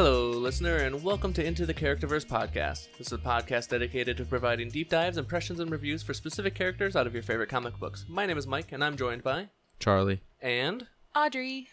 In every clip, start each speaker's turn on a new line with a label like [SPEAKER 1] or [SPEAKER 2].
[SPEAKER 1] listener, and welcome to Into the Characterverse podcast. This is a podcast dedicated to providing deep dives, impressions, and reviews for specific characters out of your favorite comic books. My name is Mike, and I'm joined by
[SPEAKER 2] Charlie.
[SPEAKER 1] and
[SPEAKER 3] Audrey.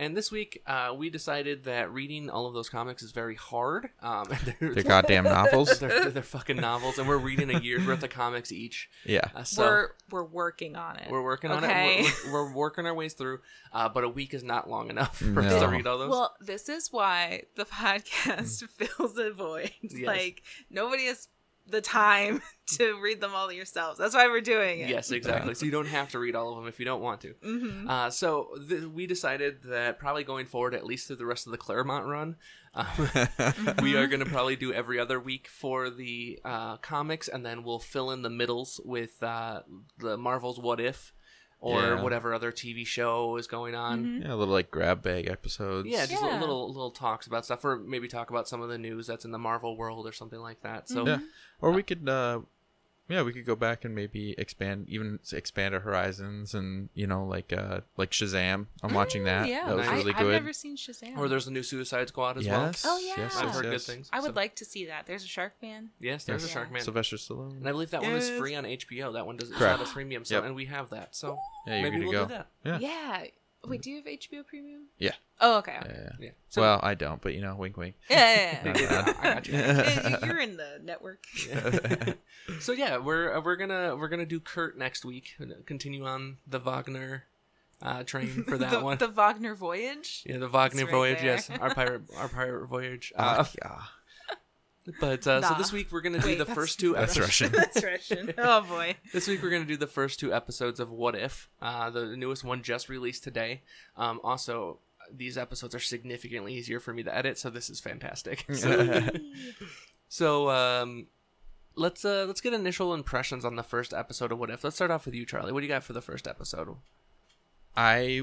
[SPEAKER 1] and this week uh, we decided that reading all of those comics is very hard. Um, they're,
[SPEAKER 2] They're goddamn novels.
[SPEAKER 1] they're, they're fucking novels, and we're reading a year's worth of comics each.
[SPEAKER 2] Yeah.
[SPEAKER 1] Uh, so
[SPEAKER 3] we're we're working on it.
[SPEAKER 1] we're working on
[SPEAKER 3] okay.
[SPEAKER 1] it. We're, we're, we're working our ways through, uh, but a week is not long enough for us to
[SPEAKER 2] No.
[SPEAKER 1] read all those.
[SPEAKER 3] Well, this is why the podcast fills a void.
[SPEAKER 1] Mm. Yes.
[SPEAKER 3] Like nobody has the time to read them all yourselves. That's why we're doing it.
[SPEAKER 1] yes, exactly. So you don't have to read all of them if you don't want to.
[SPEAKER 3] hmm
[SPEAKER 2] Mm-hmm.
[SPEAKER 1] Uh, so th- we decided that probably going forward, at least through the rest of the Claremont run, um, we are going to probably do every other week for the uh, comics, and then we'll fill in the middles with uh, the Marvel's What If or
[SPEAKER 2] Yeah. Mm-hmm.
[SPEAKER 1] whatever other TV show is going on.
[SPEAKER 3] Mhm.
[SPEAKER 2] yeah, a little like grab bag episodes.
[SPEAKER 1] Yeah, just
[SPEAKER 3] Yeah.
[SPEAKER 1] little little talks about stuff, or maybe talk about some of the news that's in the Marvel world or something like that. So
[SPEAKER 2] Yeah. Or we could uh yeah, we could go back and maybe expand even s- expand our horizons and, you know, like uh like Shazam. I'm
[SPEAKER 1] Mm,
[SPEAKER 2] watching that.
[SPEAKER 3] Yeah,
[SPEAKER 2] That was
[SPEAKER 1] Nice.
[SPEAKER 2] really
[SPEAKER 3] I,
[SPEAKER 2] good.
[SPEAKER 3] I've never seen Shazam.
[SPEAKER 1] Or there's a new Suicide Squad as
[SPEAKER 2] yes.
[SPEAKER 3] Oh,
[SPEAKER 2] yes,
[SPEAKER 3] yeah.
[SPEAKER 2] Yes,
[SPEAKER 1] well. I've heard
[SPEAKER 2] yes.
[SPEAKER 1] good things.
[SPEAKER 3] I would
[SPEAKER 1] So-
[SPEAKER 3] like to see that. There's a Shark Man.
[SPEAKER 1] Yes, there's
[SPEAKER 3] Yeah.
[SPEAKER 1] a Shark Man.
[SPEAKER 2] Sylvester Stallone.
[SPEAKER 1] and I believe that one is
[SPEAKER 2] Yes.
[SPEAKER 1] free on HBO. That one does it's
[SPEAKER 2] Correct.
[SPEAKER 1] not a premium, so
[SPEAKER 2] Yep.
[SPEAKER 1] and we have that. So
[SPEAKER 2] yeah, you're
[SPEAKER 1] maybe
[SPEAKER 2] good
[SPEAKER 1] we'll
[SPEAKER 2] to go.
[SPEAKER 1] do that.
[SPEAKER 2] Yeah.
[SPEAKER 1] Mm.
[SPEAKER 3] Wait, do you have HBO Premium?
[SPEAKER 2] Yeah.
[SPEAKER 3] Oh, okay.
[SPEAKER 2] Yeah, yeah.
[SPEAKER 1] Yeah. So,
[SPEAKER 2] well, I don't, but you know, wink wink.
[SPEAKER 3] Yeah, yeah,
[SPEAKER 2] Not
[SPEAKER 3] yeah.
[SPEAKER 2] bad.
[SPEAKER 1] I got you.
[SPEAKER 3] Yeah, You're in the network.
[SPEAKER 1] so yeah, we're uh, we're gonna we're gonna do Kurt next week. uh, Continue on the Wagner uh, train for that
[SPEAKER 3] the,
[SPEAKER 1] one.
[SPEAKER 3] the Wagner Voyage.
[SPEAKER 1] yeah, the Wagner
[SPEAKER 3] It's right
[SPEAKER 1] voyage.
[SPEAKER 3] there.
[SPEAKER 1] Yes, our pirate our pirate voyage. Uh,
[SPEAKER 2] Ah, yeah.
[SPEAKER 1] but uh, so
[SPEAKER 3] Nah.
[SPEAKER 1] this week we're gonna do
[SPEAKER 3] Wait,
[SPEAKER 1] the
[SPEAKER 3] that's-
[SPEAKER 1] first two.
[SPEAKER 2] That's
[SPEAKER 1] episodes.
[SPEAKER 2] Russian.
[SPEAKER 3] That's Russian. Oh boy.
[SPEAKER 1] This week we're going to do the first two episodes of What If, uh, the newest one just released today. Um, also, these episodes are significantly easier for me to edit, so this is fantastic. So, so, um, let's uh, let's get initial impressions on the first episode of What If. Let's start off with you, Charlie. What do you got for the first episode?
[SPEAKER 2] I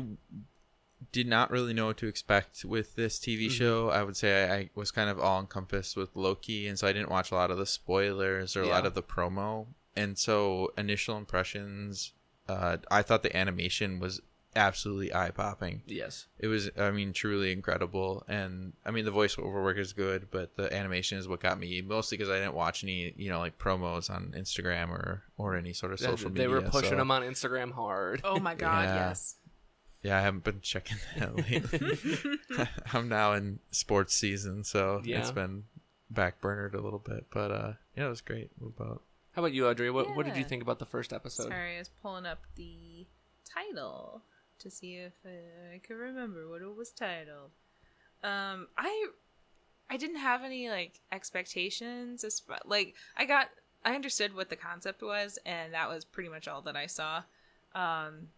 [SPEAKER 2] did not really know what to expect with this
[SPEAKER 1] Mm-hmm.
[SPEAKER 2] TV show. I would say I, I was kind of all encompassed with Loki, and so I didn't watch a lot of the spoilers or a lot
[SPEAKER 1] Yeah.
[SPEAKER 2] of the promo. And so, initial impressions, uh, I thought the animation was absolutely eye popping.
[SPEAKER 1] Yes.
[SPEAKER 2] It was, I mean, truly incredible. And I mean, the voiceover work is good, but the animation is what got me mostly because I didn't watch any, you know, like promos on Instagram or or any sort of social
[SPEAKER 1] they were
[SPEAKER 2] media.
[SPEAKER 1] pushing
[SPEAKER 2] so-
[SPEAKER 1] them on Instagram hard.
[SPEAKER 3] Oh my god,
[SPEAKER 2] Yeah.
[SPEAKER 3] yes.
[SPEAKER 2] Yeah, I haven't been checking that lately. I'm now in sports season, so it's
[SPEAKER 1] Yeah.
[SPEAKER 2] been backburnered a little bit. But uh yeah, it was great. What about
[SPEAKER 1] How about you, Audrey? What, what did you
[SPEAKER 3] Yeah.
[SPEAKER 1] think about the first episode?
[SPEAKER 3] Sorry, I was pulling up the title to see if uh, I could remember what it was titled. Um, I I didn't have any like expectations. As fa- like I got, I understood what the concept was, and that was pretty much all that I saw. Um,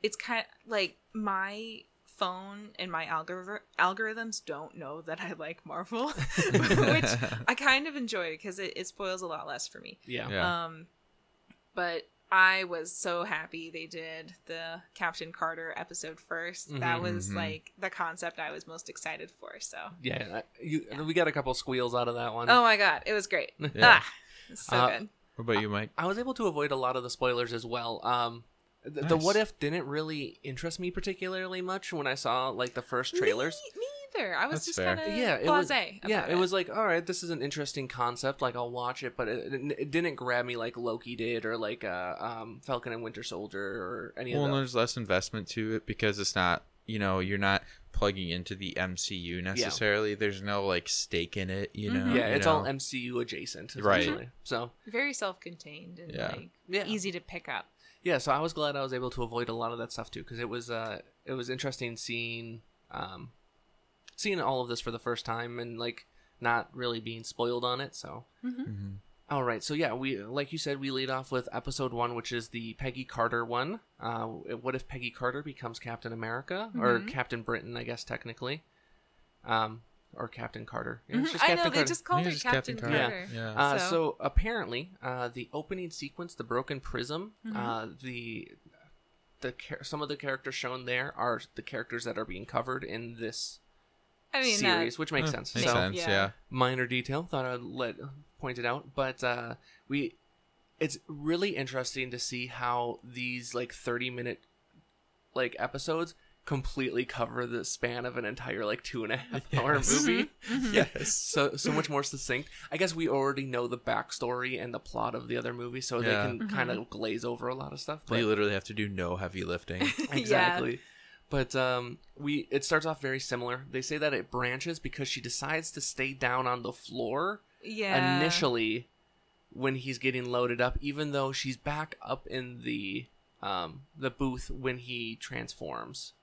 [SPEAKER 3] it's kind of like my phone and my algor- algorithms don't know that I like Marvel, which I kind of enjoy because it, it spoils a lot less for me.
[SPEAKER 1] Yeah.
[SPEAKER 2] Yeah.
[SPEAKER 3] Um, but I was so happy they did the Captain Carter episode 1st That
[SPEAKER 1] Mhm.
[SPEAKER 3] was
[SPEAKER 2] Mhm.
[SPEAKER 3] like the concept I was most excited for. So,
[SPEAKER 1] Yeah. You, We got a couple squeals out of that one.
[SPEAKER 3] oh my god, it was great.
[SPEAKER 2] Yeah.
[SPEAKER 3] Ah, it's so
[SPEAKER 1] Uh,
[SPEAKER 3] good.
[SPEAKER 2] What about you, Mike?
[SPEAKER 1] I was able to avoid a lot of the spoilers as well. Um, th- the,
[SPEAKER 2] Nice.
[SPEAKER 1] what if didn't really interest me particularly much when I saw like the first trailers.
[SPEAKER 3] Me, me either. I was
[SPEAKER 2] That's
[SPEAKER 3] just
[SPEAKER 2] fair.
[SPEAKER 3] kind of
[SPEAKER 1] Yeah, it was-
[SPEAKER 3] blase. about
[SPEAKER 1] yeah, it was like, all right, this is an interesting concept. Like, I'll watch it, but it, it, it didn't grab me like Loki did, or like uh, um, Falcon and Winter Soldier, or any
[SPEAKER 2] Well,
[SPEAKER 1] of
[SPEAKER 2] and
[SPEAKER 1] those.
[SPEAKER 2] there's less investment to it because it's not, you know, you're not plugging into the MCU necessarily. There's no like stake in it, you know.
[SPEAKER 3] Mhm.
[SPEAKER 1] Mm-hmm. yeah,
[SPEAKER 2] you
[SPEAKER 1] it's all
[SPEAKER 2] know?
[SPEAKER 1] MCU adjacent,
[SPEAKER 2] Right.
[SPEAKER 1] essentially. So
[SPEAKER 3] very self-contained and
[SPEAKER 2] Yeah.
[SPEAKER 3] like
[SPEAKER 1] yeah,
[SPEAKER 3] Mm-hmm. easy to pick up.
[SPEAKER 1] yeah. So I was glad I was able to avoid a lot of that stuff too, because it was uh, it was interesting seeing um, seeing all of this for the first time and like not really being spoiled on it. So
[SPEAKER 2] Mhm.
[SPEAKER 1] All right, so yeah, we like you said, we lead off with episode one, which is the Peggy Carter one. Uh, what if Peggy Carter becomes Captain America or
[SPEAKER 3] Mhm.
[SPEAKER 1] Captain Britain? I guess technically, um, or Captain Carter. Yeah, it's
[SPEAKER 3] Mhm.
[SPEAKER 1] just
[SPEAKER 3] I know
[SPEAKER 1] Captain
[SPEAKER 3] they
[SPEAKER 1] Carter.
[SPEAKER 3] just called
[SPEAKER 2] Yeah,
[SPEAKER 3] her
[SPEAKER 2] just
[SPEAKER 3] Captain,
[SPEAKER 1] Carter.
[SPEAKER 3] Carter.
[SPEAKER 2] Yeah.
[SPEAKER 1] Uh, so.
[SPEAKER 3] So-
[SPEAKER 1] apparently, uh, the opening sequence, the broken prism,
[SPEAKER 3] Mhm.
[SPEAKER 1] uh, the the char- some of the characters shown there are the characters that are being covered in this
[SPEAKER 3] I mean, uh, that-
[SPEAKER 1] series, which makes
[SPEAKER 2] Yeah,
[SPEAKER 1] sense.
[SPEAKER 2] Makes
[SPEAKER 1] so,
[SPEAKER 2] sense,
[SPEAKER 3] yeah.
[SPEAKER 2] yeah.
[SPEAKER 1] minor detail thought i'd let point it out but uh we it's really interesting to see how these like 30 minute like episodes completely cover the span of an entire like two and a half hour
[SPEAKER 2] Yes.
[SPEAKER 1] movie.
[SPEAKER 3] mm-hmm,
[SPEAKER 2] yes.
[SPEAKER 1] So so much more succinct. I guess we already know the backstory and the plot of the other movie, so
[SPEAKER 2] Yeah.
[SPEAKER 1] they can kind of glaze over a lot of stuff.
[SPEAKER 2] You
[SPEAKER 1] But
[SPEAKER 2] literally have to do no heavy lifting.
[SPEAKER 1] exactly. But um, we it starts off very similar. They say that it branches because she decides to stay down on the floor
[SPEAKER 3] Yeah.
[SPEAKER 1] initially when he's getting loaded up, even though she's back up in the um the booth when he transforms,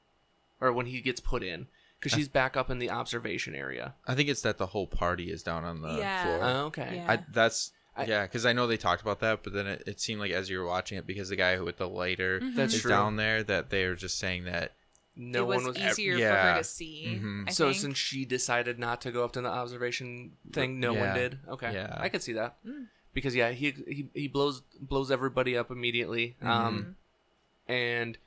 [SPEAKER 1] or when he gets put in, because she's back up in the observation area.
[SPEAKER 2] I think it's that the whole party is down on the
[SPEAKER 3] Yeah.
[SPEAKER 2] floor.
[SPEAKER 1] Oh, okay.
[SPEAKER 3] Yeah.
[SPEAKER 2] I, that's
[SPEAKER 1] I-
[SPEAKER 2] yeah, because I know they talked about that, but then it, it seemed like as you were watching it, because the guy with the lighter
[SPEAKER 3] Mm-hmm.
[SPEAKER 1] That's
[SPEAKER 2] is
[SPEAKER 1] true.
[SPEAKER 2] down there, that they were just saying that
[SPEAKER 1] No
[SPEAKER 3] it was,
[SPEAKER 1] one was ever.
[SPEAKER 3] easier for
[SPEAKER 2] yeah.
[SPEAKER 3] her to see.
[SPEAKER 2] Mhm.
[SPEAKER 3] I
[SPEAKER 1] so
[SPEAKER 3] think.
[SPEAKER 1] since she decided not to go up to the observation thing, no
[SPEAKER 2] Yeah.
[SPEAKER 1] one did. Okay,
[SPEAKER 2] Yeah.
[SPEAKER 1] I could see that
[SPEAKER 3] Mm.
[SPEAKER 1] because yeah, he he he blows blows everybody up immediately.
[SPEAKER 3] Mm-hmm.
[SPEAKER 1] Um, and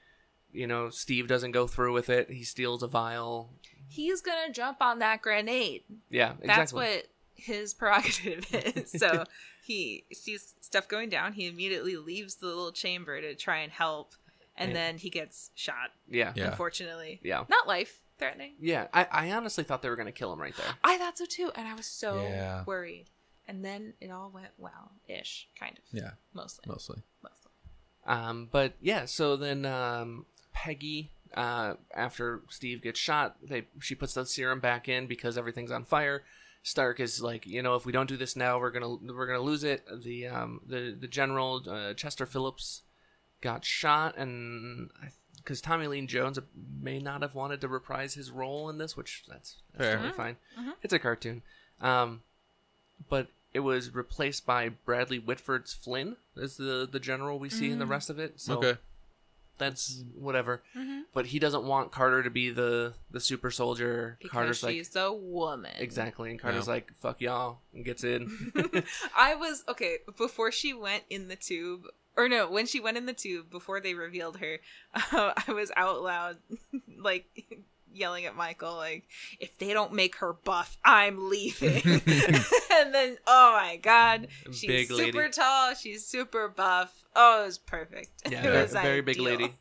[SPEAKER 1] you know Steve doesn't go through with it. He steals a vial.
[SPEAKER 3] he's gonna jump on that grenade.
[SPEAKER 1] Yeah, exactly.
[SPEAKER 3] That's what his prerogative is. So he sees stuff going down. He immediately leaves the little chamber to try and help, and
[SPEAKER 1] Yeah.
[SPEAKER 3] then he gets shot.
[SPEAKER 1] Yeah,
[SPEAKER 2] Yeah.
[SPEAKER 3] Unfortunately,
[SPEAKER 1] yeah,
[SPEAKER 3] not life threatening.
[SPEAKER 1] yeah. I I honestly thought they were gonna kill him right there.
[SPEAKER 3] I thought so too, and I was so
[SPEAKER 2] Yeah.
[SPEAKER 3] worried. And then it all went well, ish, kind of.
[SPEAKER 2] yeah,
[SPEAKER 3] mostly.
[SPEAKER 2] mostly.
[SPEAKER 3] mostly.
[SPEAKER 1] Um, but yeah, so then um, Peggy, uh, after Steve gets shot, they she puts the serum back in because everything's on fire. Stark is like, you know, if we don't do this now, we're gonna we're gonna lose it. The um the the general uh, Chester Phillips got shot, and because Tommy Lee Jones may not have wanted to reprise his role in this, which that's, that's
[SPEAKER 2] Fair.
[SPEAKER 1] totally fine.
[SPEAKER 3] Mhm.
[SPEAKER 1] It's a cartoon, um, but it was replaced by Bradley Whitford's Flynn as the the general we see in the
[SPEAKER 3] Mm.
[SPEAKER 1] rest of it. So
[SPEAKER 2] okay,
[SPEAKER 1] that's whatever.
[SPEAKER 3] Mm-hmm.
[SPEAKER 1] But he doesn't want Carter to be the the super soldier.
[SPEAKER 3] Because
[SPEAKER 1] Carter's like
[SPEAKER 3] she's a woman.
[SPEAKER 1] exactly, and Carter's
[SPEAKER 2] No.
[SPEAKER 1] like fuck y'all and gets in.
[SPEAKER 3] I was okay before she went in the tube, or no, when she went in the tube before they revealed her. Uh, I was out loud, like yelling at Michael, like, "If they don't make her buff, I'm leaving." and then, oh my god, she's
[SPEAKER 1] Big lady.
[SPEAKER 3] super tall, she's super buff. Oh, it was perfect.
[SPEAKER 1] Yeah,
[SPEAKER 3] it
[SPEAKER 1] very,
[SPEAKER 3] was
[SPEAKER 1] very big
[SPEAKER 3] ideal.
[SPEAKER 1] lady.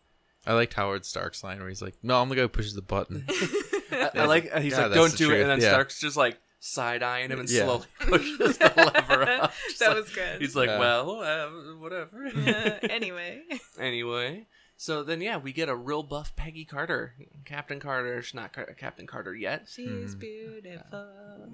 [SPEAKER 2] I liked Howard Stark's line where he's like, "No, I'm the guy who pushes the button."
[SPEAKER 1] I, I
[SPEAKER 2] Yeah.
[SPEAKER 1] like he's
[SPEAKER 2] Yeah,
[SPEAKER 1] like
[SPEAKER 2] that's
[SPEAKER 1] don't
[SPEAKER 2] the
[SPEAKER 1] do it,
[SPEAKER 2] truth,
[SPEAKER 1] and then
[SPEAKER 2] yeah.
[SPEAKER 1] Stark's just like side eyeing him and
[SPEAKER 2] Yeah.
[SPEAKER 1] slowly pushes the lever up. Just
[SPEAKER 3] that
[SPEAKER 1] like-
[SPEAKER 3] was good.
[SPEAKER 1] He's like,
[SPEAKER 2] Yeah.
[SPEAKER 1] well, uh, whatever.
[SPEAKER 3] Uh, anyway,
[SPEAKER 1] Anyway, so then yeah, we get a real buff Peggy Carter, Captain Carter. She's not Car- Captain Carter yet.
[SPEAKER 3] she's
[SPEAKER 2] Mhm.
[SPEAKER 3] beautiful,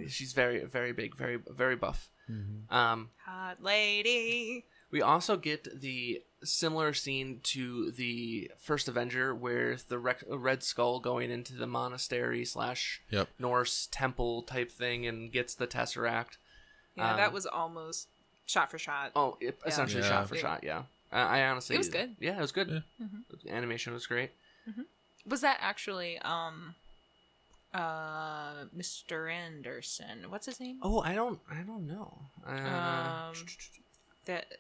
[SPEAKER 1] She's very, very big, very, very buff.
[SPEAKER 2] Mhm.
[SPEAKER 1] Um,
[SPEAKER 3] hot lady.
[SPEAKER 1] we also get the similar scene to the first Avenger, where the rec- Red Skull going into the monastery slash
[SPEAKER 2] Yep.
[SPEAKER 1] Norse temple type thing and gets the Tesseract.
[SPEAKER 3] Yeah,
[SPEAKER 1] Um,
[SPEAKER 3] that was almost shot for shot.
[SPEAKER 1] Oh, it,
[SPEAKER 3] Yeah.
[SPEAKER 1] essentially
[SPEAKER 2] Yeah.
[SPEAKER 1] shot for
[SPEAKER 3] Yeah.
[SPEAKER 1] shot. Yeah, I, I honestly
[SPEAKER 3] It was good. Mm-hmm.
[SPEAKER 1] Yeah, it was good.
[SPEAKER 2] Yeah.
[SPEAKER 1] The Animation was great.
[SPEAKER 3] Was that actually um uh Mr. Anderson? What's his name?
[SPEAKER 1] Oh, I don't, I don't know. Uh,
[SPEAKER 3] Um, That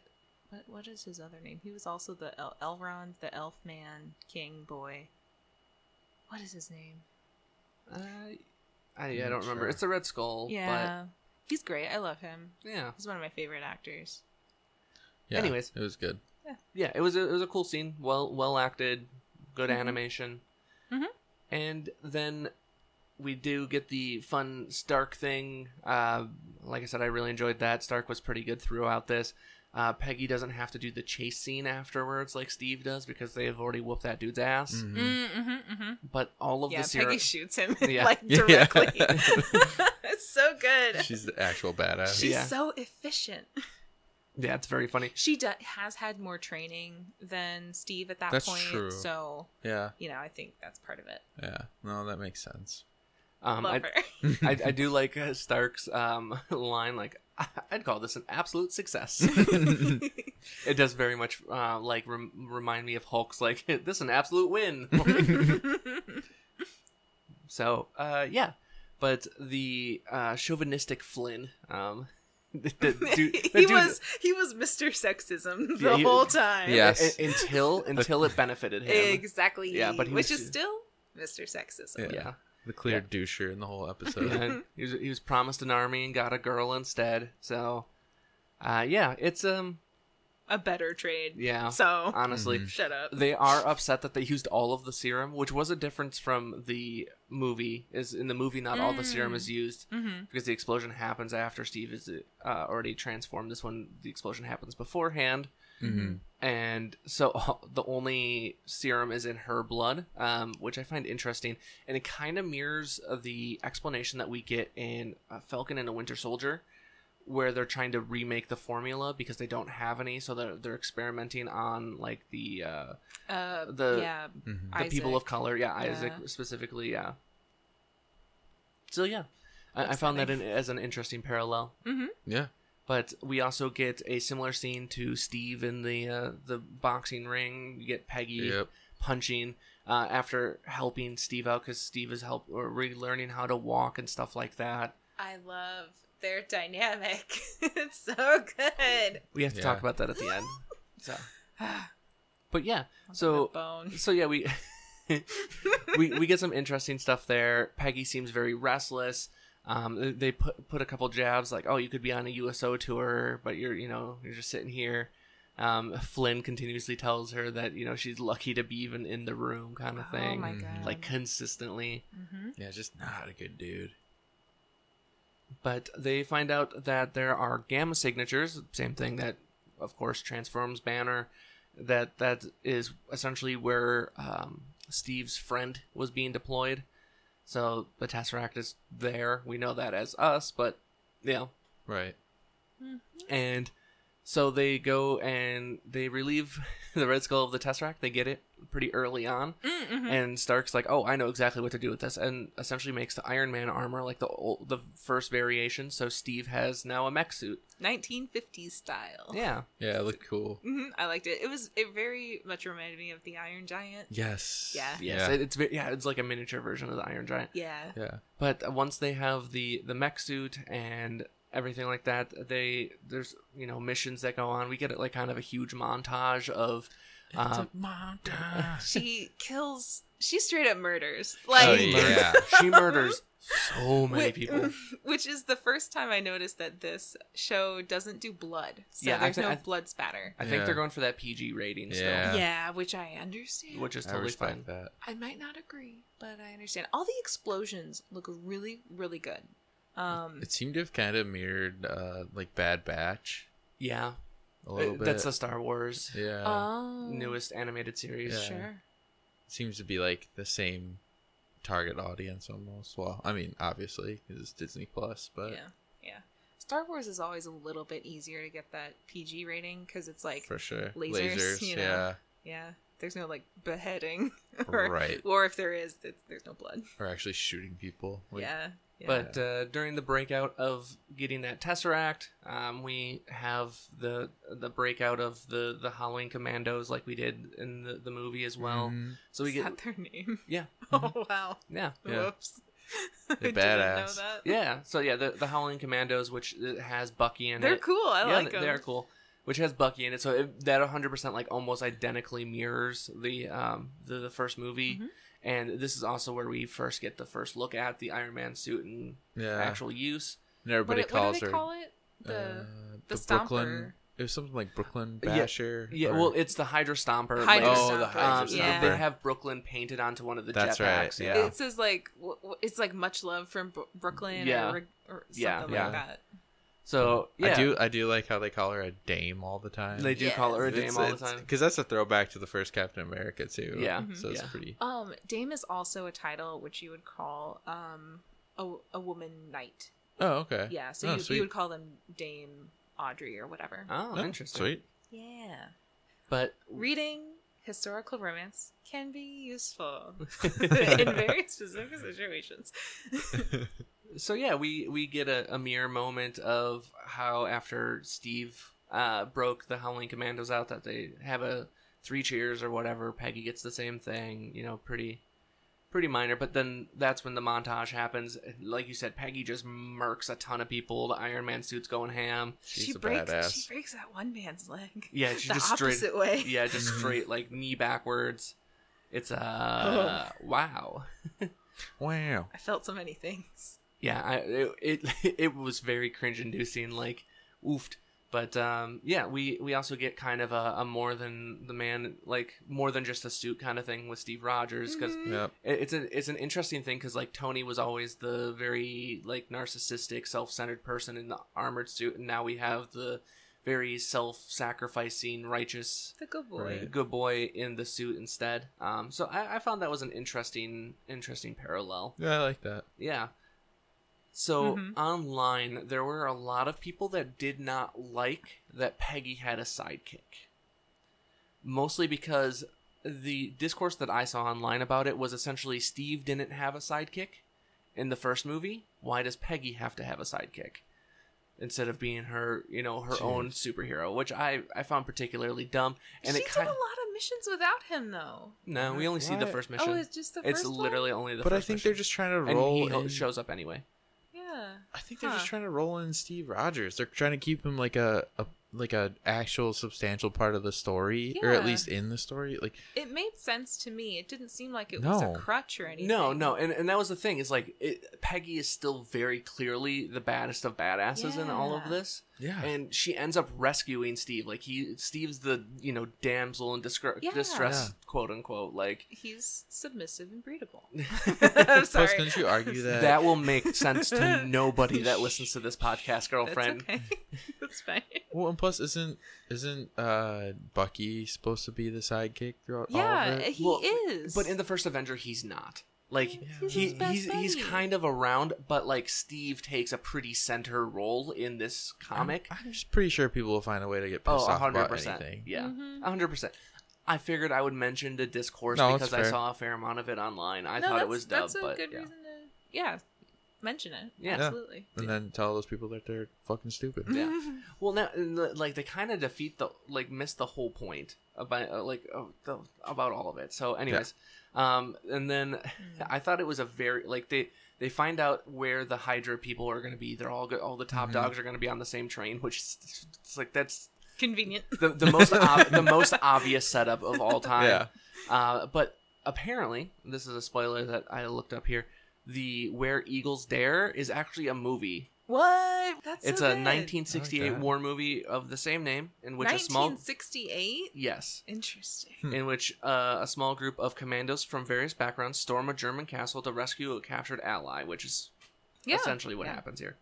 [SPEAKER 3] what, what is his other name? He was also the El- Elrond, the elf man, king boy. What is his name?
[SPEAKER 1] Uh, I, I don't remember.
[SPEAKER 2] Sure.
[SPEAKER 1] It's the Red Skull.
[SPEAKER 3] Yeah. He's great. I love him.
[SPEAKER 1] But yeah.
[SPEAKER 3] He's one of my favorite actors.
[SPEAKER 2] Yeah,
[SPEAKER 1] Anyways.
[SPEAKER 2] it was good.
[SPEAKER 1] Yeah. It was a, it was a cool scene. Well well acted. Good
[SPEAKER 3] Mhm.
[SPEAKER 1] animation.
[SPEAKER 3] Mhm.
[SPEAKER 1] And then we do get the fun Stark thing. Uh, like I said, I really enjoyed that. Stark was pretty good throughout this. Uh, Peggy doesn't have to do the chase scene afterwards like Steve does because they have already whooped that dude's ass.
[SPEAKER 2] Mhm.
[SPEAKER 3] Mm-hmm, mm-hmm.
[SPEAKER 1] But all of
[SPEAKER 3] Yeah,
[SPEAKER 1] the serum,
[SPEAKER 3] Peggy shoots him
[SPEAKER 1] Yeah.
[SPEAKER 3] like
[SPEAKER 2] Yeah.
[SPEAKER 3] directly. it's so good.
[SPEAKER 2] She's the actual badass.
[SPEAKER 3] She's
[SPEAKER 1] Yeah.
[SPEAKER 3] so efficient.
[SPEAKER 1] yeah, it's very funny.
[SPEAKER 3] she do- has had more training than Steve at that
[SPEAKER 2] That's
[SPEAKER 3] point.
[SPEAKER 2] true.
[SPEAKER 3] So,
[SPEAKER 2] yeah,
[SPEAKER 3] you know, I think that's part of it.
[SPEAKER 2] yeah. No, that makes sense.
[SPEAKER 1] Um,
[SPEAKER 3] Love
[SPEAKER 1] I,
[SPEAKER 3] her.
[SPEAKER 1] I, I do like uh, Stark's um, line, like "I- I'd call this an absolute success. it does very much uh, like rem- remind me of Hulk's, like this is an absolute win. so uh, yeah, but the uh, chauvinistic Flynn, um, the, the dude, the
[SPEAKER 3] he
[SPEAKER 1] dude-
[SPEAKER 3] was he was Mr. Sexism the
[SPEAKER 1] Yeah, he-
[SPEAKER 3] whole time.
[SPEAKER 2] Yeah. Yes.
[SPEAKER 1] u- until until it benefited him.
[SPEAKER 3] exactly.
[SPEAKER 1] Yeah, but he
[SPEAKER 3] which
[SPEAKER 1] was-
[SPEAKER 3] is still Mr. Sexism.
[SPEAKER 1] Yeah.
[SPEAKER 2] The clear
[SPEAKER 1] Yeah.
[SPEAKER 2] doucher in the whole episode.
[SPEAKER 1] Yeah, and he was he was promised an army and got a girl instead. So, uh, yeah, it's um,
[SPEAKER 3] a better trade.
[SPEAKER 1] Yeah. Um,
[SPEAKER 3] So
[SPEAKER 1] Honestly,
[SPEAKER 3] shut up.
[SPEAKER 1] they are upset that they used all of the serum, which was a difference from the movie. Is in the movie not all the serum
[SPEAKER 3] Mm.
[SPEAKER 1] is used
[SPEAKER 3] Mm-hmm.
[SPEAKER 1] because the explosion happens after Steve is uh, already transformed. This one, the explosion happens beforehand,
[SPEAKER 2] Mhm.
[SPEAKER 1] Mm-hmm. and so all- the only serum is in her blood, um, which I find interesting, and it kind of mirrors uh, the explanation that we get in uh, Falcon and the Winter Soldier. Where they're trying to remake the formula because they don't have any, so they're, they're experimenting on like the uh,
[SPEAKER 3] Uh,
[SPEAKER 1] The-
[SPEAKER 3] yeah,
[SPEAKER 2] Mhm.
[SPEAKER 1] the people of
[SPEAKER 3] Isaac.
[SPEAKER 1] color yeah, isaac
[SPEAKER 3] Yeah.
[SPEAKER 1] specifically yeah so yeah I, I
[SPEAKER 3] That's
[SPEAKER 1] found that
[SPEAKER 3] funny.
[SPEAKER 1] in, as an interesting parallel
[SPEAKER 2] Yeah.
[SPEAKER 1] but we also get a similar scene to steve in the uh, the boxing ring you get peggy
[SPEAKER 2] Yep.
[SPEAKER 1] punching uh, after helping steve out because steve is help or relearning how to walk and stuff like that
[SPEAKER 3] I love their dynamic. it's so good.
[SPEAKER 1] we have to talk
[SPEAKER 2] Yeah.
[SPEAKER 1] about that at the end so but yeah so
[SPEAKER 3] bone.
[SPEAKER 1] so yeah we we we get some interesting stuff there peggy seems very restless um they- they put put a couple jabs like oh you could be on a uso tour but you're you know you're just sitting here um flynn continuously tells her that you know she's lucky to be even in the room kind of
[SPEAKER 3] Oh
[SPEAKER 1] thing
[SPEAKER 3] my
[SPEAKER 2] Mhm.
[SPEAKER 3] god.
[SPEAKER 1] like consistently
[SPEAKER 3] hmm
[SPEAKER 2] Yeah, just not a good dude.
[SPEAKER 1] but they find out that there are gamma signatures same thing that of course transforms banner that that is essentially where um, steve's friend was being deployed so the tesseract is there we know that as us but yeah
[SPEAKER 2] Right.
[SPEAKER 1] and so they go and they relieve the red skull of the tesseract they get it pretty early on
[SPEAKER 3] Mm-hmm.
[SPEAKER 1] and Stark's like, "Oh, I know exactly what to do with this," and essentially makes the Iron Man armor like the old, the first variation. So Steve has now a mech suit.
[SPEAKER 3] 1950s style.
[SPEAKER 1] Yeah,
[SPEAKER 2] Yeah, it looked cool.
[SPEAKER 3] hmm I liked it. It was it very much reminded me of the Iron Giant.
[SPEAKER 2] Yes.
[SPEAKER 3] Yeah.
[SPEAKER 1] yes, it- it's ve- yeah, it's like a miniature version of the Iron Giant.
[SPEAKER 3] Yeah.
[SPEAKER 2] Yeah.
[SPEAKER 1] But once they have the the mech suit and everything like that, they there's you know missions that go on. We get like kind of a huge montage of.
[SPEAKER 2] It's
[SPEAKER 1] Um,
[SPEAKER 2] a montage.
[SPEAKER 3] She kills. She straight up murders. Like.
[SPEAKER 2] Oh, yeah.
[SPEAKER 1] she murders so many
[SPEAKER 3] Wait,
[SPEAKER 1] people.
[SPEAKER 3] Which is the first time I noticed that this show doesn't do blood. So
[SPEAKER 1] Yeah, I
[SPEAKER 3] there's
[SPEAKER 1] thi-
[SPEAKER 3] no
[SPEAKER 1] I-
[SPEAKER 3] blood spatter.
[SPEAKER 1] I think
[SPEAKER 2] Yeah.
[SPEAKER 1] they're going for that PG rating still,
[SPEAKER 2] Yeah.
[SPEAKER 3] Yeah. which I understand.
[SPEAKER 1] which is
[SPEAKER 2] I
[SPEAKER 1] totally
[SPEAKER 2] respect
[SPEAKER 1] fine.
[SPEAKER 2] that.
[SPEAKER 3] I might not agree, but I understand. All the explosions look really, really good. Um,
[SPEAKER 2] It seemed to have kind of mirrored uh like Bad Batch
[SPEAKER 1] Yeah,
[SPEAKER 2] a little
[SPEAKER 1] Uh,
[SPEAKER 2] bit.
[SPEAKER 1] that's the Star Wars
[SPEAKER 2] yeah.
[SPEAKER 3] oh,
[SPEAKER 1] uh, newest animated series.
[SPEAKER 2] Yeah.
[SPEAKER 3] Sure.
[SPEAKER 2] seems to be like the same target audience almost. Well, I mean, obviously, 'cause it's Disney Plus, but
[SPEAKER 3] yeah, yeah. Star Wars is always a little bit easier to get that PG rating because it's like,
[SPEAKER 2] for sure,
[SPEAKER 3] Lasers, you know.
[SPEAKER 2] yeah,
[SPEAKER 3] yeah, there's no like beheading, or,
[SPEAKER 2] right.
[SPEAKER 3] or if there is, it's, there's no blood.
[SPEAKER 2] Or actually shooting people. Like,
[SPEAKER 3] yeah, yeah.
[SPEAKER 1] But uh, during the breakout of getting that tesseract, um, we have the the breakout of the the Halloween Commandos, like we did in the, the movie as well.
[SPEAKER 2] mhm.
[SPEAKER 1] So we
[SPEAKER 3] is
[SPEAKER 1] get
[SPEAKER 3] that their name?
[SPEAKER 1] yeah. mm-hmm.
[SPEAKER 3] Oh wow!
[SPEAKER 1] yeah
[SPEAKER 2] Yeah.
[SPEAKER 3] Whoops. I
[SPEAKER 2] They're
[SPEAKER 3] didn't know
[SPEAKER 2] badass.
[SPEAKER 3] that.
[SPEAKER 1] yeah. So yeah, the the Howling Commandos, which uh, has Bucky in
[SPEAKER 3] They're
[SPEAKER 1] it.
[SPEAKER 3] cool. I
[SPEAKER 1] yeah,
[SPEAKER 3] like them.
[SPEAKER 1] they're cool. Which has Bucky in it, so it, that 100% like almost identically mirrors the um the, the first movie,
[SPEAKER 3] Mhm.
[SPEAKER 1] and this is also where we first get the first look at the Iron Man suit and
[SPEAKER 2] yeah.
[SPEAKER 1] actual use.
[SPEAKER 2] and everybody
[SPEAKER 3] what,
[SPEAKER 2] calls
[SPEAKER 3] what do they
[SPEAKER 2] her
[SPEAKER 3] call it? The
[SPEAKER 2] uh,
[SPEAKER 3] the
[SPEAKER 2] Brooklyn.
[SPEAKER 3] stomper.
[SPEAKER 2] It was something like Brooklyn
[SPEAKER 1] Yeah,
[SPEAKER 2] Basher.
[SPEAKER 1] Yeah,
[SPEAKER 2] or-
[SPEAKER 1] well, it's the Hydra Stomper.
[SPEAKER 3] Hydra
[SPEAKER 1] like-
[SPEAKER 2] Oh, the
[SPEAKER 3] Stomper.
[SPEAKER 2] Hydra
[SPEAKER 1] Um,
[SPEAKER 2] Stomper.
[SPEAKER 3] Yeah.
[SPEAKER 1] They have Brooklyn painted onto one of the
[SPEAKER 2] That's right,
[SPEAKER 1] jetpacks.
[SPEAKER 2] yeah.
[SPEAKER 3] It says like w- w- it's like much love from Bro- Brooklyn
[SPEAKER 1] Yeah.
[SPEAKER 3] or, or something
[SPEAKER 1] Yeah,
[SPEAKER 2] yeah.
[SPEAKER 3] like that.
[SPEAKER 1] So yeah,
[SPEAKER 2] I do I do like how they call her a dame all the time.
[SPEAKER 1] They do
[SPEAKER 3] Yes.
[SPEAKER 1] call her a
[SPEAKER 2] It's-
[SPEAKER 1] dame all the
[SPEAKER 2] it's-
[SPEAKER 1] time.
[SPEAKER 2] 'cause that's a throwback to the first Captain America too.
[SPEAKER 1] Yeah.
[SPEAKER 3] Mhm.
[SPEAKER 2] so it's
[SPEAKER 1] Yeah.
[SPEAKER 2] pretty.
[SPEAKER 3] Um, Dame is also a title which you would call um a, a woman knight.
[SPEAKER 2] Oh, okay.
[SPEAKER 3] Yeah, so
[SPEAKER 2] Oh,
[SPEAKER 3] you,
[SPEAKER 2] sweet.
[SPEAKER 3] you would call them Dame Audrey or whatever.
[SPEAKER 1] Oh,
[SPEAKER 2] Oh,
[SPEAKER 1] interesting.
[SPEAKER 2] Sweet.
[SPEAKER 3] yeah,
[SPEAKER 1] But
[SPEAKER 3] reading historical romance can be useful in very specific situations.
[SPEAKER 1] so yeah, we we get a, a mere moment of how after Steve uh, broke the Howling Commandos out, that they have a three cheers or whatever. Peggy gets the same thing. You know, pretty pretty minor. But then that's when the montage happens. Like you said, Peggy just murks a ton of people. The Iron Man suit's going ham.
[SPEAKER 2] She's
[SPEAKER 3] she
[SPEAKER 2] a
[SPEAKER 3] breaks
[SPEAKER 2] badass.
[SPEAKER 3] she breaks that one man's leg.
[SPEAKER 1] Yeah, she
[SPEAKER 3] the
[SPEAKER 1] just straight-
[SPEAKER 3] opposite way.
[SPEAKER 1] Yeah, just
[SPEAKER 2] Mhm.
[SPEAKER 1] straight like knee backwards. It's uh wow.
[SPEAKER 2] Wow.
[SPEAKER 3] I felt so many things.
[SPEAKER 1] Yeah, I, it, it it was very cringe inducing. Like, oofed. But um, yeah, we, we also get kind of a, a more than the man, like more than just a suit kind of thing with Steve Rogers because
[SPEAKER 3] Mhm.
[SPEAKER 2] Yep.
[SPEAKER 1] it- it's a it's an interesting thing because like Tony was always the very like narcissistic, self centered person in the armored suit, and now we have the very self sacrificing, righteous
[SPEAKER 3] The good boy.
[SPEAKER 2] Right.
[SPEAKER 1] good boy in the suit instead. Um, so I, I found that was an interesting interesting parallel.
[SPEAKER 2] Yeah, I like that.
[SPEAKER 1] Yeah. So
[SPEAKER 3] Mhm.
[SPEAKER 1] online, there were a lot of people that did not like that Peggy had a sidekick. Mostly because the discourse that I saw online about it was essentially Steve didn't have a sidekick in the first movie. Why does Peggy have to have a sidekick? Instead of being her, you know, her own superhero, which I, I found particularly dumb. And
[SPEAKER 3] she
[SPEAKER 1] it
[SPEAKER 3] did
[SPEAKER 1] kind
[SPEAKER 3] a lot of missions without him, though.
[SPEAKER 1] no, we only see the
[SPEAKER 2] Why?
[SPEAKER 1] first mission.
[SPEAKER 3] Oh,
[SPEAKER 1] it's
[SPEAKER 3] it's just the first one?
[SPEAKER 1] literally only the.
[SPEAKER 2] But I
[SPEAKER 1] first
[SPEAKER 2] think
[SPEAKER 1] mission.
[SPEAKER 2] they're just trying to
[SPEAKER 1] and
[SPEAKER 2] roll.
[SPEAKER 1] he ho-
[SPEAKER 2] in-
[SPEAKER 1] shows up anyway.
[SPEAKER 3] Yeah.
[SPEAKER 2] I think they're
[SPEAKER 3] Huh.
[SPEAKER 2] just trying to roll in Steve Rogers. They're trying to keep him like a, a like a actual substantial part of the story, or at
[SPEAKER 3] Yeah.
[SPEAKER 2] least in the story. Like
[SPEAKER 3] It made sense to me. It didn't seem like it was a
[SPEAKER 2] No.
[SPEAKER 3] crutch or anything.
[SPEAKER 1] No, no, and, and that was the thing is like it, Peggy is still very clearly the baddest of badasses in all of
[SPEAKER 3] Yeah.
[SPEAKER 1] this,
[SPEAKER 2] yeah,
[SPEAKER 1] and she ends up rescuing Steve. Like he, Steve's the you know damsel in discre-
[SPEAKER 3] Yeah.
[SPEAKER 1] distress, quote unquote. Like
[SPEAKER 3] He's submissive and breedable. I'm sorry.
[SPEAKER 2] Plus, couldn't you argue that?
[SPEAKER 1] that will make sense to nobody that listens to this podcast,
[SPEAKER 3] That's
[SPEAKER 1] girlfriend.
[SPEAKER 3] okay. That's fine.
[SPEAKER 2] well, and plus, isn't isn't uh Bucky supposed to be the sidekick throughout all
[SPEAKER 3] Yeah,
[SPEAKER 2] of it?
[SPEAKER 3] he
[SPEAKER 1] Well,
[SPEAKER 3] is.
[SPEAKER 1] But in the first Avenger, he's not. Like
[SPEAKER 2] He's
[SPEAKER 1] he,
[SPEAKER 3] his best
[SPEAKER 1] he's he's
[SPEAKER 3] buddy.
[SPEAKER 1] kind of around, but like Steve takes a pretty center role in this comic.
[SPEAKER 2] I'm just pretty sure people will find a way to get pissed
[SPEAKER 1] Oh,
[SPEAKER 2] off
[SPEAKER 1] hundred
[SPEAKER 2] about
[SPEAKER 1] percent.
[SPEAKER 2] anything.
[SPEAKER 1] Yeah,
[SPEAKER 3] Mhm.
[SPEAKER 1] hundred percent. I figured I would mention the discourse
[SPEAKER 2] No, it's
[SPEAKER 1] because I
[SPEAKER 2] fair.
[SPEAKER 1] saw a fair amount of it online. I
[SPEAKER 3] No,
[SPEAKER 1] thought it
[SPEAKER 3] that's-
[SPEAKER 1] was dubbed,
[SPEAKER 3] That's a
[SPEAKER 1] but
[SPEAKER 3] good
[SPEAKER 1] yeah.
[SPEAKER 3] reason to, yeah, mention it.
[SPEAKER 1] Yeah.
[SPEAKER 3] Absolutely.
[SPEAKER 2] And then tell those people that they're fucking stupid.
[SPEAKER 1] Yeah. Well, now and the- like they kind of defeat the like miss the whole point about uh, like oh, the, about all of it. So, anyways, um, and then I thought it was a very like they they find out where the Hydra people are going to be. They're all go- all the top
[SPEAKER 2] Mhm.
[SPEAKER 1] dogs are going to be on the same train, which is, it's like that's
[SPEAKER 3] Convenient.
[SPEAKER 1] the, the most ob- the most obvious setup of all time.
[SPEAKER 2] Yeah.
[SPEAKER 1] Uh, but apparently, this is a spoiler that I looked up here. The Where Eagles Dare is actually a movie.
[SPEAKER 3] What? That's
[SPEAKER 1] it's
[SPEAKER 3] so
[SPEAKER 1] a
[SPEAKER 3] good.
[SPEAKER 1] 1968
[SPEAKER 2] Okay.
[SPEAKER 1] war movie of the same name, in which a small
[SPEAKER 3] 1968?
[SPEAKER 1] yes,
[SPEAKER 3] Interesting.
[SPEAKER 2] Hmm.
[SPEAKER 1] in which uh, a small group of commandos from various backgrounds storm a German castle to rescue a captured ally, which is
[SPEAKER 3] Yeah.
[SPEAKER 1] essentially what
[SPEAKER 3] yeah.
[SPEAKER 1] happens here.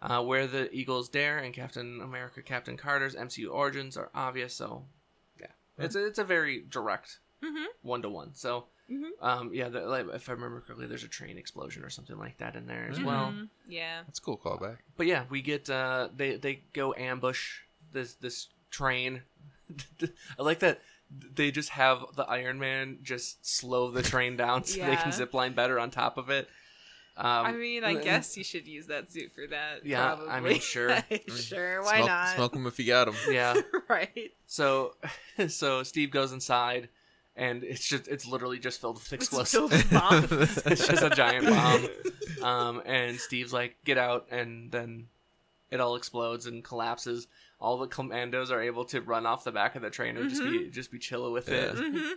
[SPEAKER 1] Uh, where the Eagles Dare and Captain America, Captain Carter's MCU origins are obvious, so yeah, it's a, it's a very direct
[SPEAKER 3] Mhm.
[SPEAKER 1] one to one. So
[SPEAKER 3] Mhm.
[SPEAKER 1] um, yeah, the, like, if I remember correctly, there's a train explosion or something like that in there as well.
[SPEAKER 3] Mhm. Yeah.
[SPEAKER 2] That's a cool callback.
[SPEAKER 1] But yeah, we get uh, they they go ambush this this train. I like that they just have the Iron Man just slow the train down so they
[SPEAKER 3] Yeah.
[SPEAKER 1] can zip line better on top of it. Um,
[SPEAKER 3] I mean, I
[SPEAKER 1] and-
[SPEAKER 3] guess you should use that suit for that.
[SPEAKER 1] Yeah,
[SPEAKER 3] probably.
[SPEAKER 1] I mean, sure.
[SPEAKER 3] sure, why
[SPEAKER 2] smoke,
[SPEAKER 3] not?
[SPEAKER 2] Smoke them if you got them.
[SPEAKER 1] yeah.
[SPEAKER 3] right.
[SPEAKER 1] So, so Steve goes inside, and it's just it's literally just filled with explosives.
[SPEAKER 3] It's still bomb.
[SPEAKER 1] It's just a giant bomb. Um, and Steve's like, "Get out!" And then it all explodes and collapses. All the commandos are able to run off the back of the train and just be just be chilling with it.
[SPEAKER 3] Mhm.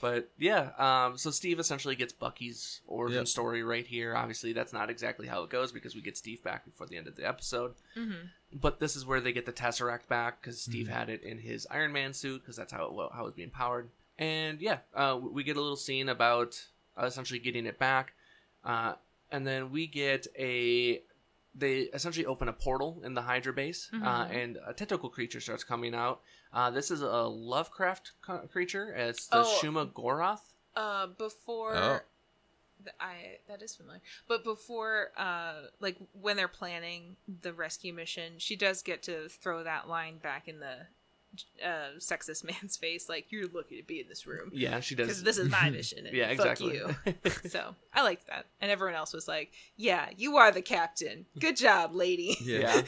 [SPEAKER 1] But yeah, um, so Steve essentially gets Bucky's origin
[SPEAKER 2] Yep.
[SPEAKER 1] story right here. Obviously, that's not exactly how it goes because we get Steve back before the end of the episode.
[SPEAKER 3] Mhm.
[SPEAKER 1] But this is where they get the Tesseract back because Steve
[SPEAKER 2] Mhm.
[SPEAKER 1] had it in his Iron Man suit because that's how it, wa- how it was being powered. And yeah, uh, we get a little scene about uh, essentially getting it back, uh, and then we get a they essentially open a portal in the Hydra base, uh,
[SPEAKER 3] Mhm.
[SPEAKER 1] and a tentacle creature starts coming out. Uh, this is a Lovecraft co- creature. It's the
[SPEAKER 3] Oh.
[SPEAKER 1] Shuma Goroth.
[SPEAKER 3] Uh, before
[SPEAKER 2] Oh.
[SPEAKER 3] th- I that is familiar, but before uh, like when they're planning the rescue mission, she does get to throw that line back in the uh, sexist man's face, like you're lucky to be in this room
[SPEAKER 1] Yeah, she does.
[SPEAKER 3] because this is my mission. And
[SPEAKER 1] yeah,
[SPEAKER 3] fuck
[SPEAKER 1] exactly.
[SPEAKER 3] You. So I liked that, and everyone else was like, "Yeah, you are the captain. Good job, lady."
[SPEAKER 1] yeah.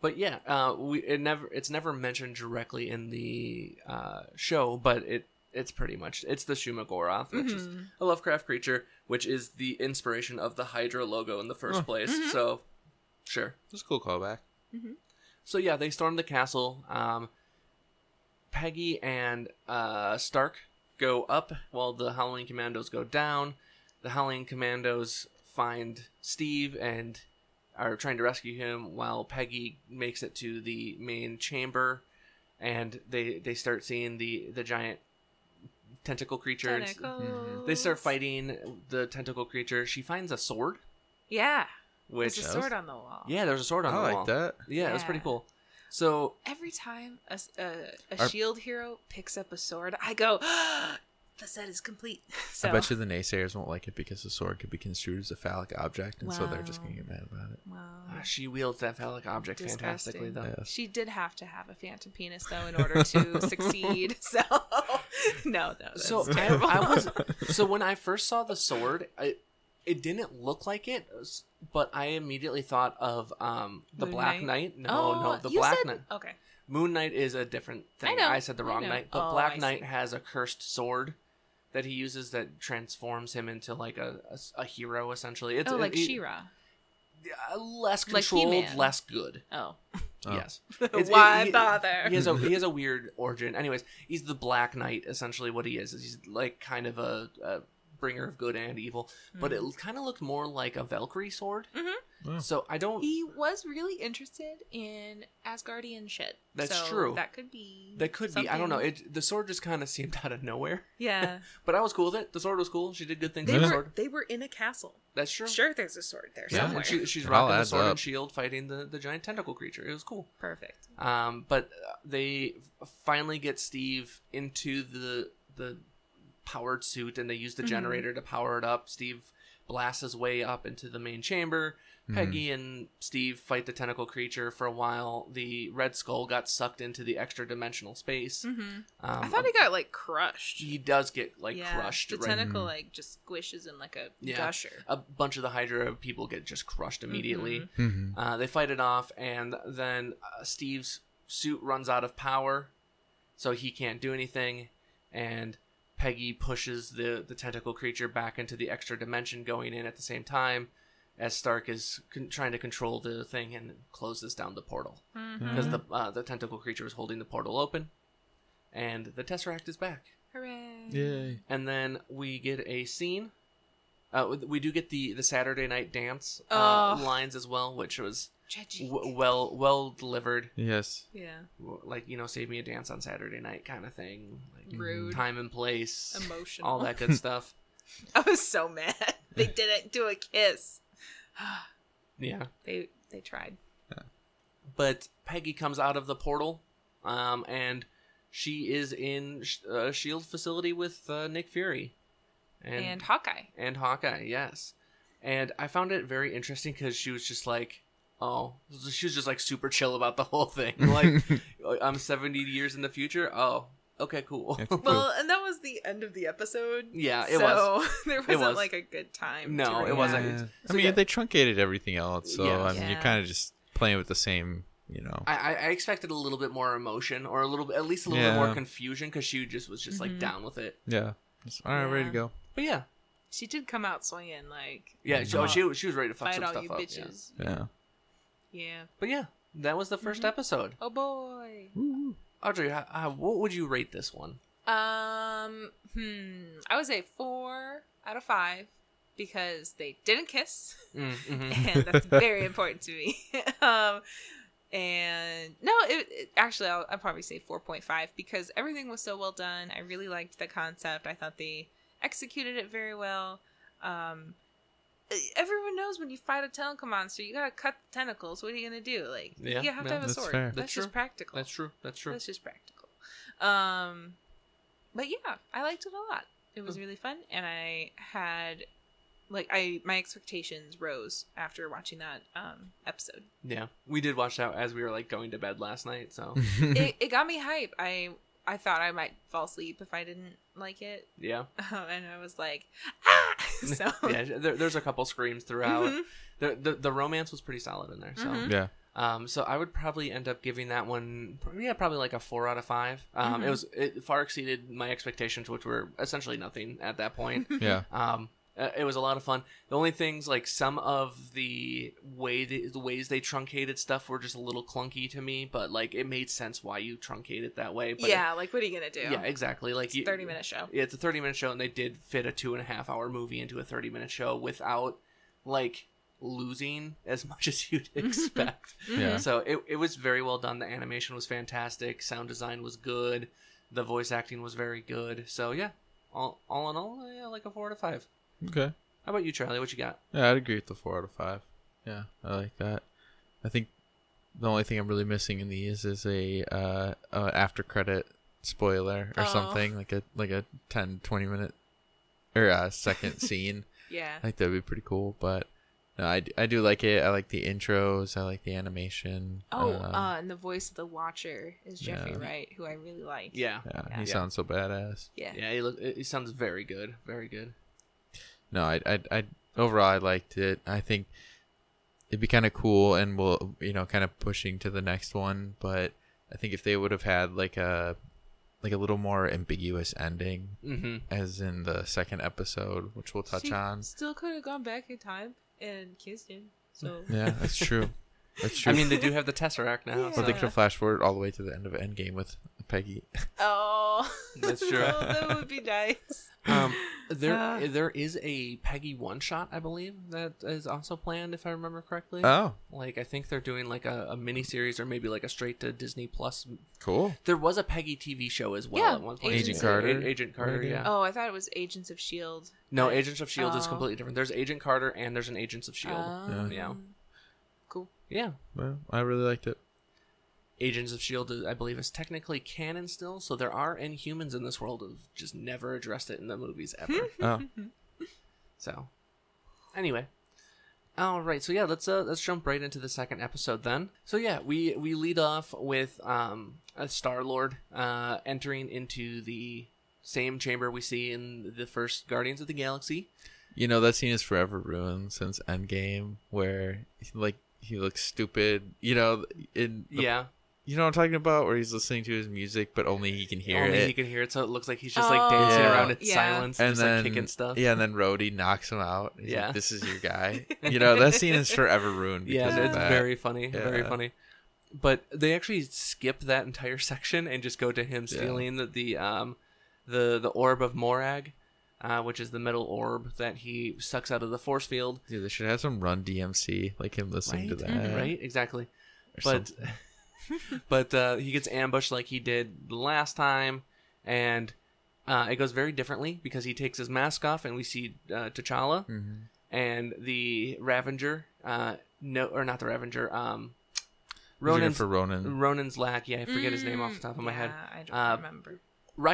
[SPEAKER 1] but yeah, uh, we it never it's never mentioned directly in the uh, show, but it it's pretty much it's the Shumagoroth, which is
[SPEAKER 3] Mhm.
[SPEAKER 1] a Lovecraft creature, which is the inspiration of the Hydra logo in the first
[SPEAKER 2] Oh.
[SPEAKER 1] place.
[SPEAKER 3] Mhm.
[SPEAKER 1] So sure.
[SPEAKER 2] That's a cool callback.
[SPEAKER 1] So yeah, they storm the castle. Um, Peggy and uh, Stark go up while the Howling Commandos go down. The Howling Commandos find Steve and are trying to rescue him while Peggy makes it to the main chamber and they they start seeing the the giant tentacle creature. It's-
[SPEAKER 3] Tentacles.
[SPEAKER 1] They start fighting the tentacle creature. She finds a sword
[SPEAKER 3] Yeah,
[SPEAKER 1] which
[SPEAKER 3] there's a sword on the wall.
[SPEAKER 1] Yeah, there's a sword on
[SPEAKER 2] I
[SPEAKER 1] the
[SPEAKER 2] like
[SPEAKER 1] wall.
[SPEAKER 2] that.
[SPEAKER 1] Yeah, it was pretty
[SPEAKER 3] Yeah.
[SPEAKER 1] cool. So
[SPEAKER 3] Every time a s- a- a
[SPEAKER 2] Our-
[SPEAKER 3] shield hero picks up a sword, I go, the set is complete. So
[SPEAKER 2] I bet you the naysayers won't like it because the sword could be construed as a phallic object, and so they're just
[SPEAKER 3] Wow.
[SPEAKER 2] gonna get mad about it.
[SPEAKER 3] Wow.
[SPEAKER 1] uh, she wields that phallic object fantastically
[SPEAKER 3] Disgusting.
[SPEAKER 1] though.
[SPEAKER 2] Yeah.
[SPEAKER 3] She did have to have a phantom penis though in order to succeed. So no, no, that's
[SPEAKER 1] so I,
[SPEAKER 3] terrible.
[SPEAKER 1] I was so when I first saw the sword, I, it didn't look like it, s- but I immediately thought of um the
[SPEAKER 3] Moon
[SPEAKER 1] Black Knight.
[SPEAKER 3] Knight?
[SPEAKER 1] No, no, the
[SPEAKER 3] Oh, you
[SPEAKER 1] Black
[SPEAKER 3] said-
[SPEAKER 1] Knight.
[SPEAKER 3] Okay,
[SPEAKER 1] Moon Knight is a different thing.
[SPEAKER 3] know,
[SPEAKER 1] I, said the
[SPEAKER 3] I
[SPEAKER 1] wrong
[SPEAKER 3] know.
[SPEAKER 1] Knight, but
[SPEAKER 3] Oh, I
[SPEAKER 1] Black
[SPEAKER 3] see.
[SPEAKER 1] Knight has a cursed sword that he uses that transforms him into like a a s- a, hero essentially. It's
[SPEAKER 3] oh, like
[SPEAKER 1] it- it-
[SPEAKER 3] Shira.
[SPEAKER 1] uh, less
[SPEAKER 3] Like
[SPEAKER 1] controlled,
[SPEAKER 3] He-Man.
[SPEAKER 1] less good.
[SPEAKER 3] Oh,
[SPEAKER 2] Oh.
[SPEAKER 1] Yes.
[SPEAKER 3] why
[SPEAKER 1] it- he-
[SPEAKER 3] bother?
[SPEAKER 1] he has a he has a weird origin. Anyways, he's the Black Knight. Essentially, what he is is he's like kind of a, a bringer of good and evil, but
[SPEAKER 3] Mm-hmm.
[SPEAKER 1] it kind of looked more like a Valkyrie sword.
[SPEAKER 3] Mhm.
[SPEAKER 2] Oh.
[SPEAKER 1] So I don't.
[SPEAKER 3] Hmm. he was really interested in Asgardian shit.
[SPEAKER 1] That's
[SPEAKER 3] so
[SPEAKER 1] true.
[SPEAKER 3] That could be.
[SPEAKER 1] that could be. I don't know.
[SPEAKER 3] something.
[SPEAKER 1] It the sword just kind of seemed out of nowhere,
[SPEAKER 3] yeah,
[SPEAKER 1] but I was cool with it. The sword was cool. She did good things
[SPEAKER 3] they
[SPEAKER 1] with the
[SPEAKER 2] Yeah.
[SPEAKER 1] sword.
[SPEAKER 3] were they were in a castle.
[SPEAKER 1] That's true.
[SPEAKER 3] Sure, there's a sword there
[SPEAKER 2] Yeah.
[SPEAKER 1] Yeah,
[SPEAKER 3] somewhere.
[SPEAKER 1] and she, she's
[SPEAKER 2] It all
[SPEAKER 1] rocking the
[SPEAKER 2] adds
[SPEAKER 1] sword
[SPEAKER 2] up.
[SPEAKER 1] and shield, fighting the, the giant tentacle creature. It was cool.
[SPEAKER 3] Perfect.
[SPEAKER 1] Um, but uh, they f- finally get Steve into the the powered suit, and they use the
[SPEAKER 3] Mhm.
[SPEAKER 1] generator to power it up. Steve blasts his way up into the main chamber.
[SPEAKER 2] Mhm.
[SPEAKER 1] Peggy and Steve fight the tentacle creature for a while. The Red Skull got sucked into the extra dimensional space.
[SPEAKER 3] Mm-hmm.
[SPEAKER 1] Um,
[SPEAKER 3] I thought he got like crushed.
[SPEAKER 1] he does get like
[SPEAKER 3] Yeah,
[SPEAKER 1] crushed.
[SPEAKER 3] The
[SPEAKER 1] right?
[SPEAKER 3] tentacle
[SPEAKER 2] Mhm.
[SPEAKER 3] like just squishes in like a
[SPEAKER 1] Yeah.
[SPEAKER 3] gusher.
[SPEAKER 1] a bunch of the Hydra people get just crushed immediately.
[SPEAKER 3] Mhm.
[SPEAKER 2] Mhm.
[SPEAKER 1] Uh, they fight it off, and then uh, Steve's suit runs out of power, so he can't do anything. And Peggy pushes the the tentacle creature back into the extra dimension, going in at the same time as Stark is con- trying to control the thing and closes down the portal
[SPEAKER 3] Mhm.
[SPEAKER 1] because the uh, the tentacle creature is holding the portal open, and the Tesseract is back.
[SPEAKER 3] Hooray!
[SPEAKER 2] Yay!
[SPEAKER 1] And then we get a scene. Uh, we do get the the Saturday night dance uh,
[SPEAKER 3] Ugh.
[SPEAKER 1] lines as well, which was
[SPEAKER 3] Tragic.
[SPEAKER 1] w- well well delivered
[SPEAKER 2] Yes.
[SPEAKER 3] yeah.
[SPEAKER 1] w- like you know save me a dance on saturday night kind of thing like
[SPEAKER 3] Rude.
[SPEAKER 1] time and place
[SPEAKER 3] Emotional.
[SPEAKER 1] Mm-hmm. all that good stuff
[SPEAKER 3] I was so mad. They didn't do a kiss.
[SPEAKER 1] yeah
[SPEAKER 3] they they tried.
[SPEAKER 1] but peggy comes out of the portal um, and she is in sh- uh, a shield E facility with uh, nick fury
[SPEAKER 3] And,
[SPEAKER 1] and,
[SPEAKER 3] Hawkeye.
[SPEAKER 1] and hawkeye yes and i found it very interesting because she was just like oh she was just like super chill about the whole thing like "Oh, i'm 70 years in the future oh okay cool
[SPEAKER 2] That's cool.
[SPEAKER 3] Well, and that was the end of the episode.
[SPEAKER 1] yeah it
[SPEAKER 3] so
[SPEAKER 1] was
[SPEAKER 3] there wasn't
[SPEAKER 1] was.
[SPEAKER 3] like a good time.
[SPEAKER 1] No,
[SPEAKER 3] to
[SPEAKER 1] it wasn't.
[SPEAKER 2] Yeah.
[SPEAKER 1] So,
[SPEAKER 2] I mean,
[SPEAKER 1] yeah.
[SPEAKER 2] they truncated everything else, so
[SPEAKER 1] Yeah.
[SPEAKER 2] I mean,
[SPEAKER 3] Yeah.
[SPEAKER 2] you're kind of just playing with the same, you know.
[SPEAKER 1] I, I- I expected a little bit more emotion or a little bit, at least a little bit
[SPEAKER 2] Yeah.
[SPEAKER 1] more confusion because she just was just
[SPEAKER 3] Mhm.
[SPEAKER 1] like down with it.
[SPEAKER 2] yeah. Just, all right, ready
[SPEAKER 3] Yeah.
[SPEAKER 2] to go.
[SPEAKER 1] But yeah,
[SPEAKER 3] She did come out swinging, like
[SPEAKER 1] yeah, she, oh, she, was- she was ready to fuck
[SPEAKER 3] fight
[SPEAKER 1] some
[SPEAKER 3] all
[SPEAKER 1] stuff
[SPEAKER 3] you
[SPEAKER 1] up. yeah.
[SPEAKER 3] bitches.
[SPEAKER 2] Yeah.
[SPEAKER 3] Yeah.
[SPEAKER 1] But yeah, that was the 1st episode.
[SPEAKER 3] Oh boy.
[SPEAKER 2] Woo.
[SPEAKER 1] Audrey, how, how, what would you rate this one?
[SPEAKER 3] Um. Hmm. I would say four out of five because they didn't kiss.
[SPEAKER 1] Mm, mhm.
[SPEAKER 3] and that's very important to me. um, and no, it, it- actually I'll, I'll probably say four point five because everything was so well done. I really liked the concept. I thought they executed it very well. Um, e- everyone knows when you fight a tentacle monster, you gotta cut the tentacles. What are you gonna do? Like,
[SPEAKER 1] Yeah,
[SPEAKER 3] you have to
[SPEAKER 1] yeah,
[SPEAKER 3] have a
[SPEAKER 2] that's
[SPEAKER 3] sword.
[SPEAKER 2] fair.
[SPEAKER 3] That's,
[SPEAKER 1] That's
[SPEAKER 3] just
[SPEAKER 1] true.
[SPEAKER 3] practical.
[SPEAKER 1] That's true. That's true.
[SPEAKER 3] That's just practical. Um, but yeah, I liked it a lot. It was really fun, and I had like I my expectations rose after watching that um episode.
[SPEAKER 1] Yeah, we did watch that as we were like going to bed last night. So
[SPEAKER 3] it, it got me hype. I I thought I might fall asleep if I didn't like it,
[SPEAKER 1] yeah,
[SPEAKER 3] um, and I was like, ah. so
[SPEAKER 1] yeah. There, there's a couple screams throughout.
[SPEAKER 3] Mhm.
[SPEAKER 1] The, the the romance was pretty solid in there. So.
[SPEAKER 3] Mhm.
[SPEAKER 2] yeah.
[SPEAKER 1] Um, so I would probably end up giving that one, pr- yeah, probably like a four out of five. Um,
[SPEAKER 3] Mhm.
[SPEAKER 1] It was it far exceeded my expectations, which were essentially nothing at that point.
[SPEAKER 2] Yeah.
[SPEAKER 1] um, uh, it was a lot of fun. The only things like some of the way they, the ways they truncated stuff were just a little clunky to me, but like it made sense why you truncate it that way. But it-
[SPEAKER 3] yeah, like what are you gonna do?
[SPEAKER 1] yeah, exactly. Like
[SPEAKER 3] It's a thirty minute show.
[SPEAKER 1] yeah, it's a 30 minute show, and they did fit a two and a half hour movie into a 30 minute show without like losing as much as you'd expect.
[SPEAKER 3] Mm-hmm.
[SPEAKER 2] Yeah.
[SPEAKER 1] So it, it was very well done. The animation was fantastic. Sound design was good. The voice acting was very good. So yeah, all, all in all, yeah, like a four out of five.
[SPEAKER 2] Okay.
[SPEAKER 1] How about you, Charlie? What you got?
[SPEAKER 2] Yeah, I'd agree with the four out of five. Yeah, I like that. I think the only thing I'm really missing in these is a uh, uh after credit spoiler or
[SPEAKER 3] Oh.
[SPEAKER 2] something like a like a 10, 20 minute or uh, second scene.
[SPEAKER 3] Yeah.
[SPEAKER 1] Uh,
[SPEAKER 2] I think that'd be pretty cool. But no, I, d- I do like it. I like the intros. I like the animation.
[SPEAKER 3] Oh,
[SPEAKER 2] Um,
[SPEAKER 3] uh, and the voice of the Watcher is Jeffrey
[SPEAKER 2] yeah.
[SPEAKER 3] Wright, who I really like.
[SPEAKER 1] Yeah.
[SPEAKER 2] yeah,
[SPEAKER 3] yeah.
[SPEAKER 2] he
[SPEAKER 1] Yeah.
[SPEAKER 2] sounds so badass.
[SPEAKER 3] Yeah.
[SPEAKER 1] Yeah, he, look, he sounds very good. Very good.
[SPEAKER 2] No, I, I, I overall I liked it. I think it'd be kind of cool, and we'll you know kind of pushing to the next one. But I think if they would have had like a like a little more ambiguous ending,
[SPEAKER 1] Mm-hmm.
[SPEAKER 2] as in the second episode, which we'll touch
[SPEAKER 3] She
[SPEAKER 2] on.
[SPEAKER 3] Still could have gone back in time and kissed him. So
[SPEAKER 2] Yeah, that's true. That's true.
[SPEAKER 1] I mean, they do have the Tesseract now.
[SPEAKER 3] Yeah.
[SPEAKER 2] Or
[SPEAKER 1] So.
[SPEAKER 2] they could have flash forward all the way to the end of Endgame with Peggy.
[SPEAKER 3] Oh,
[SPEAKER 1] That's true.
[SPEAKER 3] Oh, that would be nice.
[SPEAKER 1] Um, there
[SPEAKER 3] Uh.
[SPEAKER 1] there is a Peggy one shot, I believe, that is also planned, if I remember correctly.
[SPEAKER 2] Oh,
[SPEAKER 1] like I think they're doing like a, a mini series or maybe like a straight to Disney Plus.
[SPEAKER 2] cool.
[SPEAKER 1] There was a Peggy TV show as well
[SPEAKER 3] Yeah,
[SPEAKER 1] at one point.
[SPEAKER 3] Agent
[SPEAKER 1] A-
[SPEAKER 2] Carter.
[SPEAKER 1] Agent Carter,
[SPEAKER 2] Maybe.
[SPEAKER 1] yeah.
[SPEAKER 3] Oh, I E thought it was Agents of Shield.
[SPEAKER 1] No, Agents of Shield E is
[SPEAKER 3] Oh.
[SPEAKER 1] completely different. There's Agent Carter and there's an Agents of Shield.
[SPEAKER 3] Um,
[SPEAKER 1] E Yeah.
[SPEAKER 3] Cool.
[SPEAKER 1] yeah.
[SPEAKER 2] Well, I really liked it.
[SPEAKER 1] Agents of Shield, is- I believe, is technically canon still, so there are Inhumans in this world. Have just never addressed it in the movies ever.
[SPEAKER 2] Oh,
[SPEAKER 1] So, anyway, all right. So yeah, let's uh, let's jump right into the second episode then. So yeah, we we lead off with um a Star Lord uh entering into the same chamber we see in the first Guardians of the Galaxy.
[SPEAKER 2] You know that scene is forever ruined since Endgame, where he, like he looks stupid. You know, in the-
[SPEAKER 1] yeah,
[SPEAKER 2] you know what I'm talking about, where he's listening to his music, but only he can hear
[SPEAKER 1] only
[SPEAKER 2] it.
[SPEAKER 1] he can hear it, so it looks like he's just like
[SPEAKER 3] Oh,
[SPEAKER 1] dancing
[SPEAKER 2] Yeah.
[SPEAKER 1] around in
[SPEAKER 3] yeah.
[SPEAKER 1] silence,
[SPEAKER 2] and
[SPEAKER 1] just
[SPEAKER 2] then
[SPEAKER 1] like kicking stuff.
[SPEAKER 2] yeah, and then Rhodey knocks him out. He's
[SPEAKER 1] Yeah.
[SPEAKER 2] like, this is your guy. you know that scene is forever ruined.
[SPEAKER 1] Yeah,
[SPEAKER 2] Because yeah,
[SPEAKER 1] it's very funny, very
[SPEAKER 2] Yeah.
[SPEAKER 1] funny. But they actually skip that entire section and just go to him
[SPEAKER 2] Yeah.
[SPEAKER 1] stealing the, the um the the orb of Morag, uh, which is the metal orb that he sucks out of the force field.
[SPEAKER 2] Dude, they should have some Run DMC, like him listening to
[SPEAKER 1] Right,
[SPEAKER 2] that,
[SPEAKER 1] right, exactly.
[SPEAKER 2] or
[SPEAKER 1] But
[SPEAKER 2] something.
[SPEAKER 1] but uh, he gets ambushed like he did last time, and uh, it goes very differently because he takes his mask off and we see uh, T'Challa
[SPEAKER 2] Mhm.
[SPEAKER 1] and the Ravenger. Uh, no, or not the Ravenger. Um,
[SPEAKER 2] He's looking
[SPEAKER 1] Ronan's
[SPEAKER 2] for Ronan.
[SPEAKER 1] Ronan's lack, yeah, I forget his name off the top of my
[SPEAKER 3] Mm, yeah,
[SPEAKER 1] head,
[SPEAKER 3] I don't
[SPEAKER 1] Uh,
[SPEAKER 3] remember.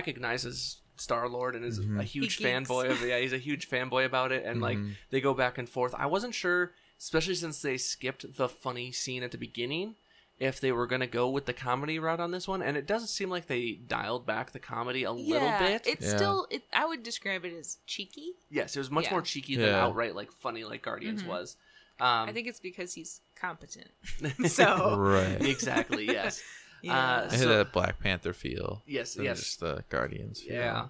[SPEAKER 1] recognizes Star Lord and is
[SPEAKER 2] Mhm.
[SPEAKER 1] a huge
[SPEAKER 3] He geeks.
[SPEAKER 1] fanboy of yeah, he's a huge fanboy about it and like
[SPEAKER 2] Mhm.
[SPEAKER 1] they go back and forth. I wasn't sure, especially since they skipped the funny scene at the beginning, if they were gonna go with the comedy route on this one. And it does seem like they dialed back the comedy a little
[SPEAKER 3] yeah,
[SPEAKER 1] bit.
[SPEAKER 3] It's
[SPEAKER 2] Yeah.
[SPEAKER 3] still. It, I would describe it as cheeky.
[SPEAKER 1] yes, it was much
[SPEAKER 3] Yeah.
[SPEAKER 1] more cheeky than
[SPEAKER 2] Yeah.
[SPEAKER 1] outright like funny like Guardians
[SPEAKER 3] Mhm.
[SPEAKER 1] was. Um
[SPEAKER 3] I think it's because he's competent. So
[SPEAKER 2] right.
[SPEAKER 1] Exactly, yes.
[SPEAKER 2] I
[SPEAKER 3] yeah.
[SPEAKER 2] had
[SPEAKER 1] oh, So-
[SPEAKER 2] that Black Panther feel.
[SPEAKER 1] Yes,
[SPEAKER 2] than
[SPEAKER 1] yes.
[SPEAKER 2] Just the Guardians. feel.
[SPEAKER 1] Yeah.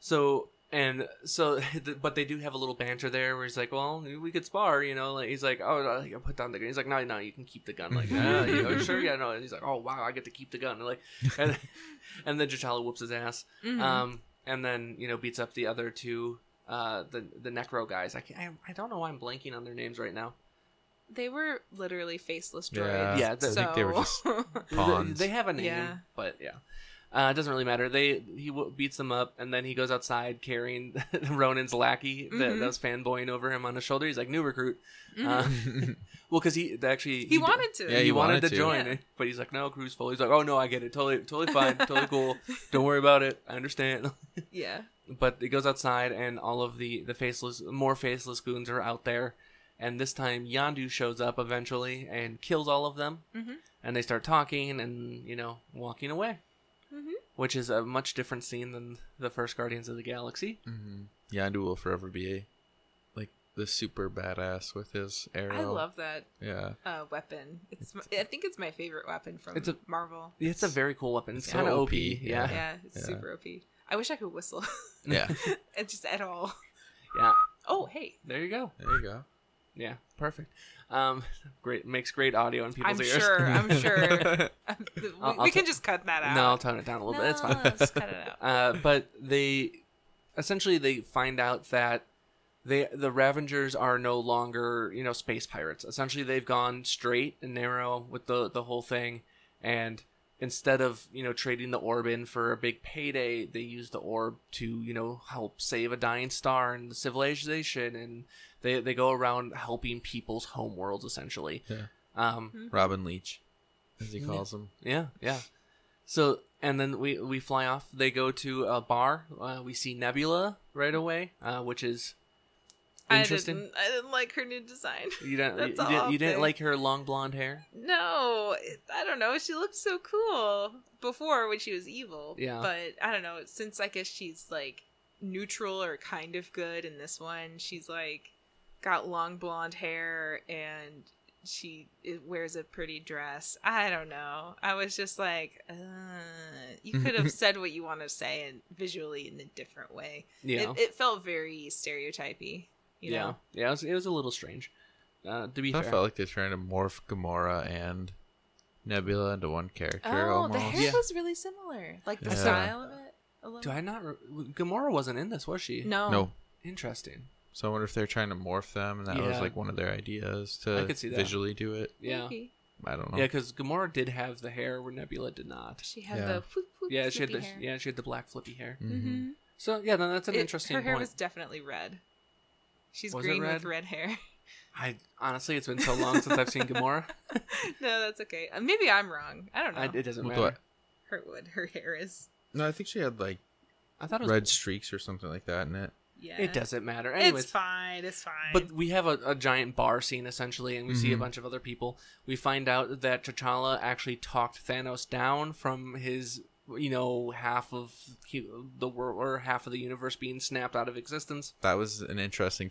[SPEAKER 1] So and so, but they do have a little banter there where he's like, "Well, we could spar," you know. Like he's like, "Oh, I put down the gun." He's like, "No, no, you can keep the gun." Like, "Uh, you know, sure, yeah, no. And he's like, "Oh, wow, I get to keep the gun." And like, and, and then T'Challa whoops his ass,
[SPEAKER 3] Mhm.
[SPEAKER 1] um, and then you know beats up the other two, uh, the the Necro guys. I can't, I, I don't know why I'm blanking on their names right now.
[SPEAKER 3] they were literally faceless
[SPEAKER 2] Yeah.
[SPEAKER 3] droids.
[SPEAKER 1] Yeah,
[SPEAKER 2] I think they were just
[SPEAKER 3] so-
[SPEAKER 1] They-
[SPEAKER 2] Pawns.
[SPEAKER 1] They, have a name,
[SPEAKER 3] Yeah.
[SPEAKER 1] but yeah. Uh, it doesn't really matter. They he w- beats them up, and then he goes outside carrying Ronan's lackey that,
[SPEAKER 3] Mhm.
[SPEAKER 1] that was fanboying over him on his shoulder. He's like new recruit. Uh,
[SPEAKER 3] Mhm.
[SPEAKER 2] Mm-hmm.
[SPEAKER 1] well, because he actually
[SPEAKER 3] he wanted to.
[SPEAKER 2] Yeah,
[SPEAKER 1] he,
[SPEAKER 2] he
[SPEAKER 1] wanted,
[SPEAKER 2] wanted
[SPEAKER 1] to,
[SPEAKER 2] to.
[SPEAKER 1] join,
[SPEAKER 3] Yeah.
[SPEAKER 1] but he's like no, crew's full. He's like oh no, I get it, totally totally fine, totally cool. Don't worry about it. I understand.
[SPEAKER 3] yeah.
[SPEAKER 1] but he goes outside, and all of the the faceless, more faceless goons are out there. And this time, Yandu shows up eventually and kills all of them.
[SPEAKER 3] Mhm.
[SPEAKER 1] And they start talking and you know walking away
[SPEAKER 3] Mhm.
[SPEAKER 1] which is a much different scene than the first Guardians of the Galaxy.
[SPEAKER 2] Mm-hmm. Yandu will forever be like the super badass with his arrow.
[SPEAKER 3] I love that
[SPEAKER 2] Yeah.
[SPEAKER 3] uh, weapon. It's, my, I think it's my favorite weapon from
[SPEAKER 1] It's a-
[SPEAKER 3] Marvel.
[SPEAKER 1] It's, a very cool weapon. It's
[SPEAKER 2] It's
[SPEAKER 1] kind of
[SPEAKER 2] so
[SPEAKER 1] OP.
[SPEAKER 2] OP,
[SPEAKER 1] Yeah.
[SPEAKER 2] yeah.
[SPEAKER 1] yeah,
[SPEAKER 3] Yeah, it's
[SPEAKER 2] Yeah.
[SPEAKER 3] super OP. I wish I could whistle.
[SPEAKER 2] Yeah.
[SPEAKER 3] it's just at all. Oh, hey.
[SPEAKER 1] There you go.
[SPEAKER 2] there you go.
[SPEAKER 1] Yeah, perfect. Um, great makes great audio in people's
[SPEAKER 3] I'm
[SPEAKER 1] ears.
[SPEAKER 3] sure. I'm sure. Uh, we
[SPEAKER 1] I'll- I'll
[SPEAKER 3] we can
[SPEAKER 1] t-
[SPEAKER 3] just cut that out.
[SPEAKER 1] No, I'll tone it down a little bit. It's fine.
[SPEAKER 3] No, Just cut it out.
[SPEAKER 1] Uh, but they essentially they find out that they the Ravengers are no longer you know space pirates. Essentially, they've gone straight and narrow with the the whole thing, and instead of you know trading the orb in for a big payday, they use the orb to you know help save a dying star and civilization, and they they go around helping people's homeworlds essentially.
[SPEAKER 2] Yeah.
[SPEAKER 1] Um,
[SPEAKER 2] Robin Leach, as he
[SPEAKER 1] Yeah.
[SPEAKER 2] calls him.
[SPEAKER 1] yeah, yeah. So and then we we fly off. They go to a bar. Uh, we see Nebula right away, uh, which is
[SPEAKER 3] I
[SPEAKER 1] interesting.
[SPEAKER 3] didn't, I didn't like her new design.
[SPEAKER 1] You don't.
[SPEAKER 3] That's
[SPEAKER 1] you,
[SPEAKER 3] all
[SPEAKER 1] didn't,
[SPEAKER 3] I'll
[SPEAKER 1] you didn't
[SPEAKER 3] say.
[SPEAKER 1] like her long blonde hair.
[SPEAKER 3] No, it- I don't know. She looked so cool before when she was evil.
[SPEAKER 1] Yeah.
[SPEAKER 3] But I don't know. Since I guess she's like neutral or kind of good in this one, she's like got long blonde hair and she i- wears a pretty dress. I don't know. I was just like, uh, you could have said what you want to say and visually in a different way.
[SPEAKER 1] Yeah.
[SPEAKER 3] It, it felt very stereotypy. You
[SPEAKER 1] yeah.
[SPEAKER 3] know?
[SPEAKER 1] Yeah. It was, it was a little strange. Uh, to be
[SPEAKER 2] I
[SPEAKER 1] fair.
[SPEAKER 2] felt like they're trying to morph Gamora and Nebula into one character.
[SPEAKER 3] Oh,
[SPEAKER 2] almost.
[SPEAKER 3] the hair
[SPEAKER 1] Yeah.
[SPEAKER 3] was really similar. Like the
[SPEAKER 2] Yeah.
[SPEAKER 3] style of it. A little.
[SPEAKER 1] Do I not? Re- Gamora wasn't in this, was she?
[SPEAKER 3] No.
[SPEAKER 2] No.
[SPEAKER 1] Interesting.
[SPEAKER 2] So I wonder if they're trying to morph them, and that was
[SPEAKER 1] Yeah.
[SPEAKER 2] like one of their ideas to
[SPEAKER 1] I could see that.
[SPEAKER 2] visually do it.
[SPEAKER 1] Yeah.
[SPEAKER 3] Maybe.
[SPEAKER 2] I don't know.
[SPEAKER 1] Yeah, because Gamora did have the hair where Nebula did not.
[SPEAKER 3] She had
[SPEAKER 2] Yeah.
[SPEAKER 3] the whoop whoop.
[SPEAKER 1] Yeah, she had the
[SPEAKER 3] flippy hair.
[SPEAKER 1] yeah she had the black flippy hair.
[SPEAKER 2] Mhm.
[SPEAKER 3] Mhm.
[SPEAKER 1] So yeah, no, that's an
[SPEAKER 3] It-
[SPEAKER 1] interesting
[SPEAKER 3] Her hair
[SPEAKER 1] point.
[SPEAKER 3] was definitely red. She's
[SPEAKER 1] Was it
[SPEAKER 3] green
[SPEAKER 1] red?
[SPEAKER 3] with red hair.
[SPEAKER 1] I honestly, it's been so long since I've seen Gamora.
[SPEAKER 3] no, that's okay. Uh, maybe I'm wrong. I don't know.
[SPEAKER 1] I, it doesn't
[SPEAKER 2] With
[SPEAKER 1] matter.
[SPEAKER 2] what?
[SPEAKER 3] Her what her hair is.
[SPEAKER 2] No, I think she had like
[SPEAKER 1] I thought it was
[SPEAKER 2] red streaks or something like that in it.
[SPEAKER 3] Yeah.
[SPEAKER 1] It doesn't matter. Anyways,
[SPEAKER 3] It's fine. It's fine.
[SPEAKER 1] But we have a, a giant bar scene essentially, and we see a
[SPEAKER 2] Mhm.
[SPEAKER 1] bunch of other people. We find out that T'Challa actually talked Thanos down from his, you know, half of hu- the world or half of the universe being snapped out of existence.
[SPEAKER 2] That was an interesting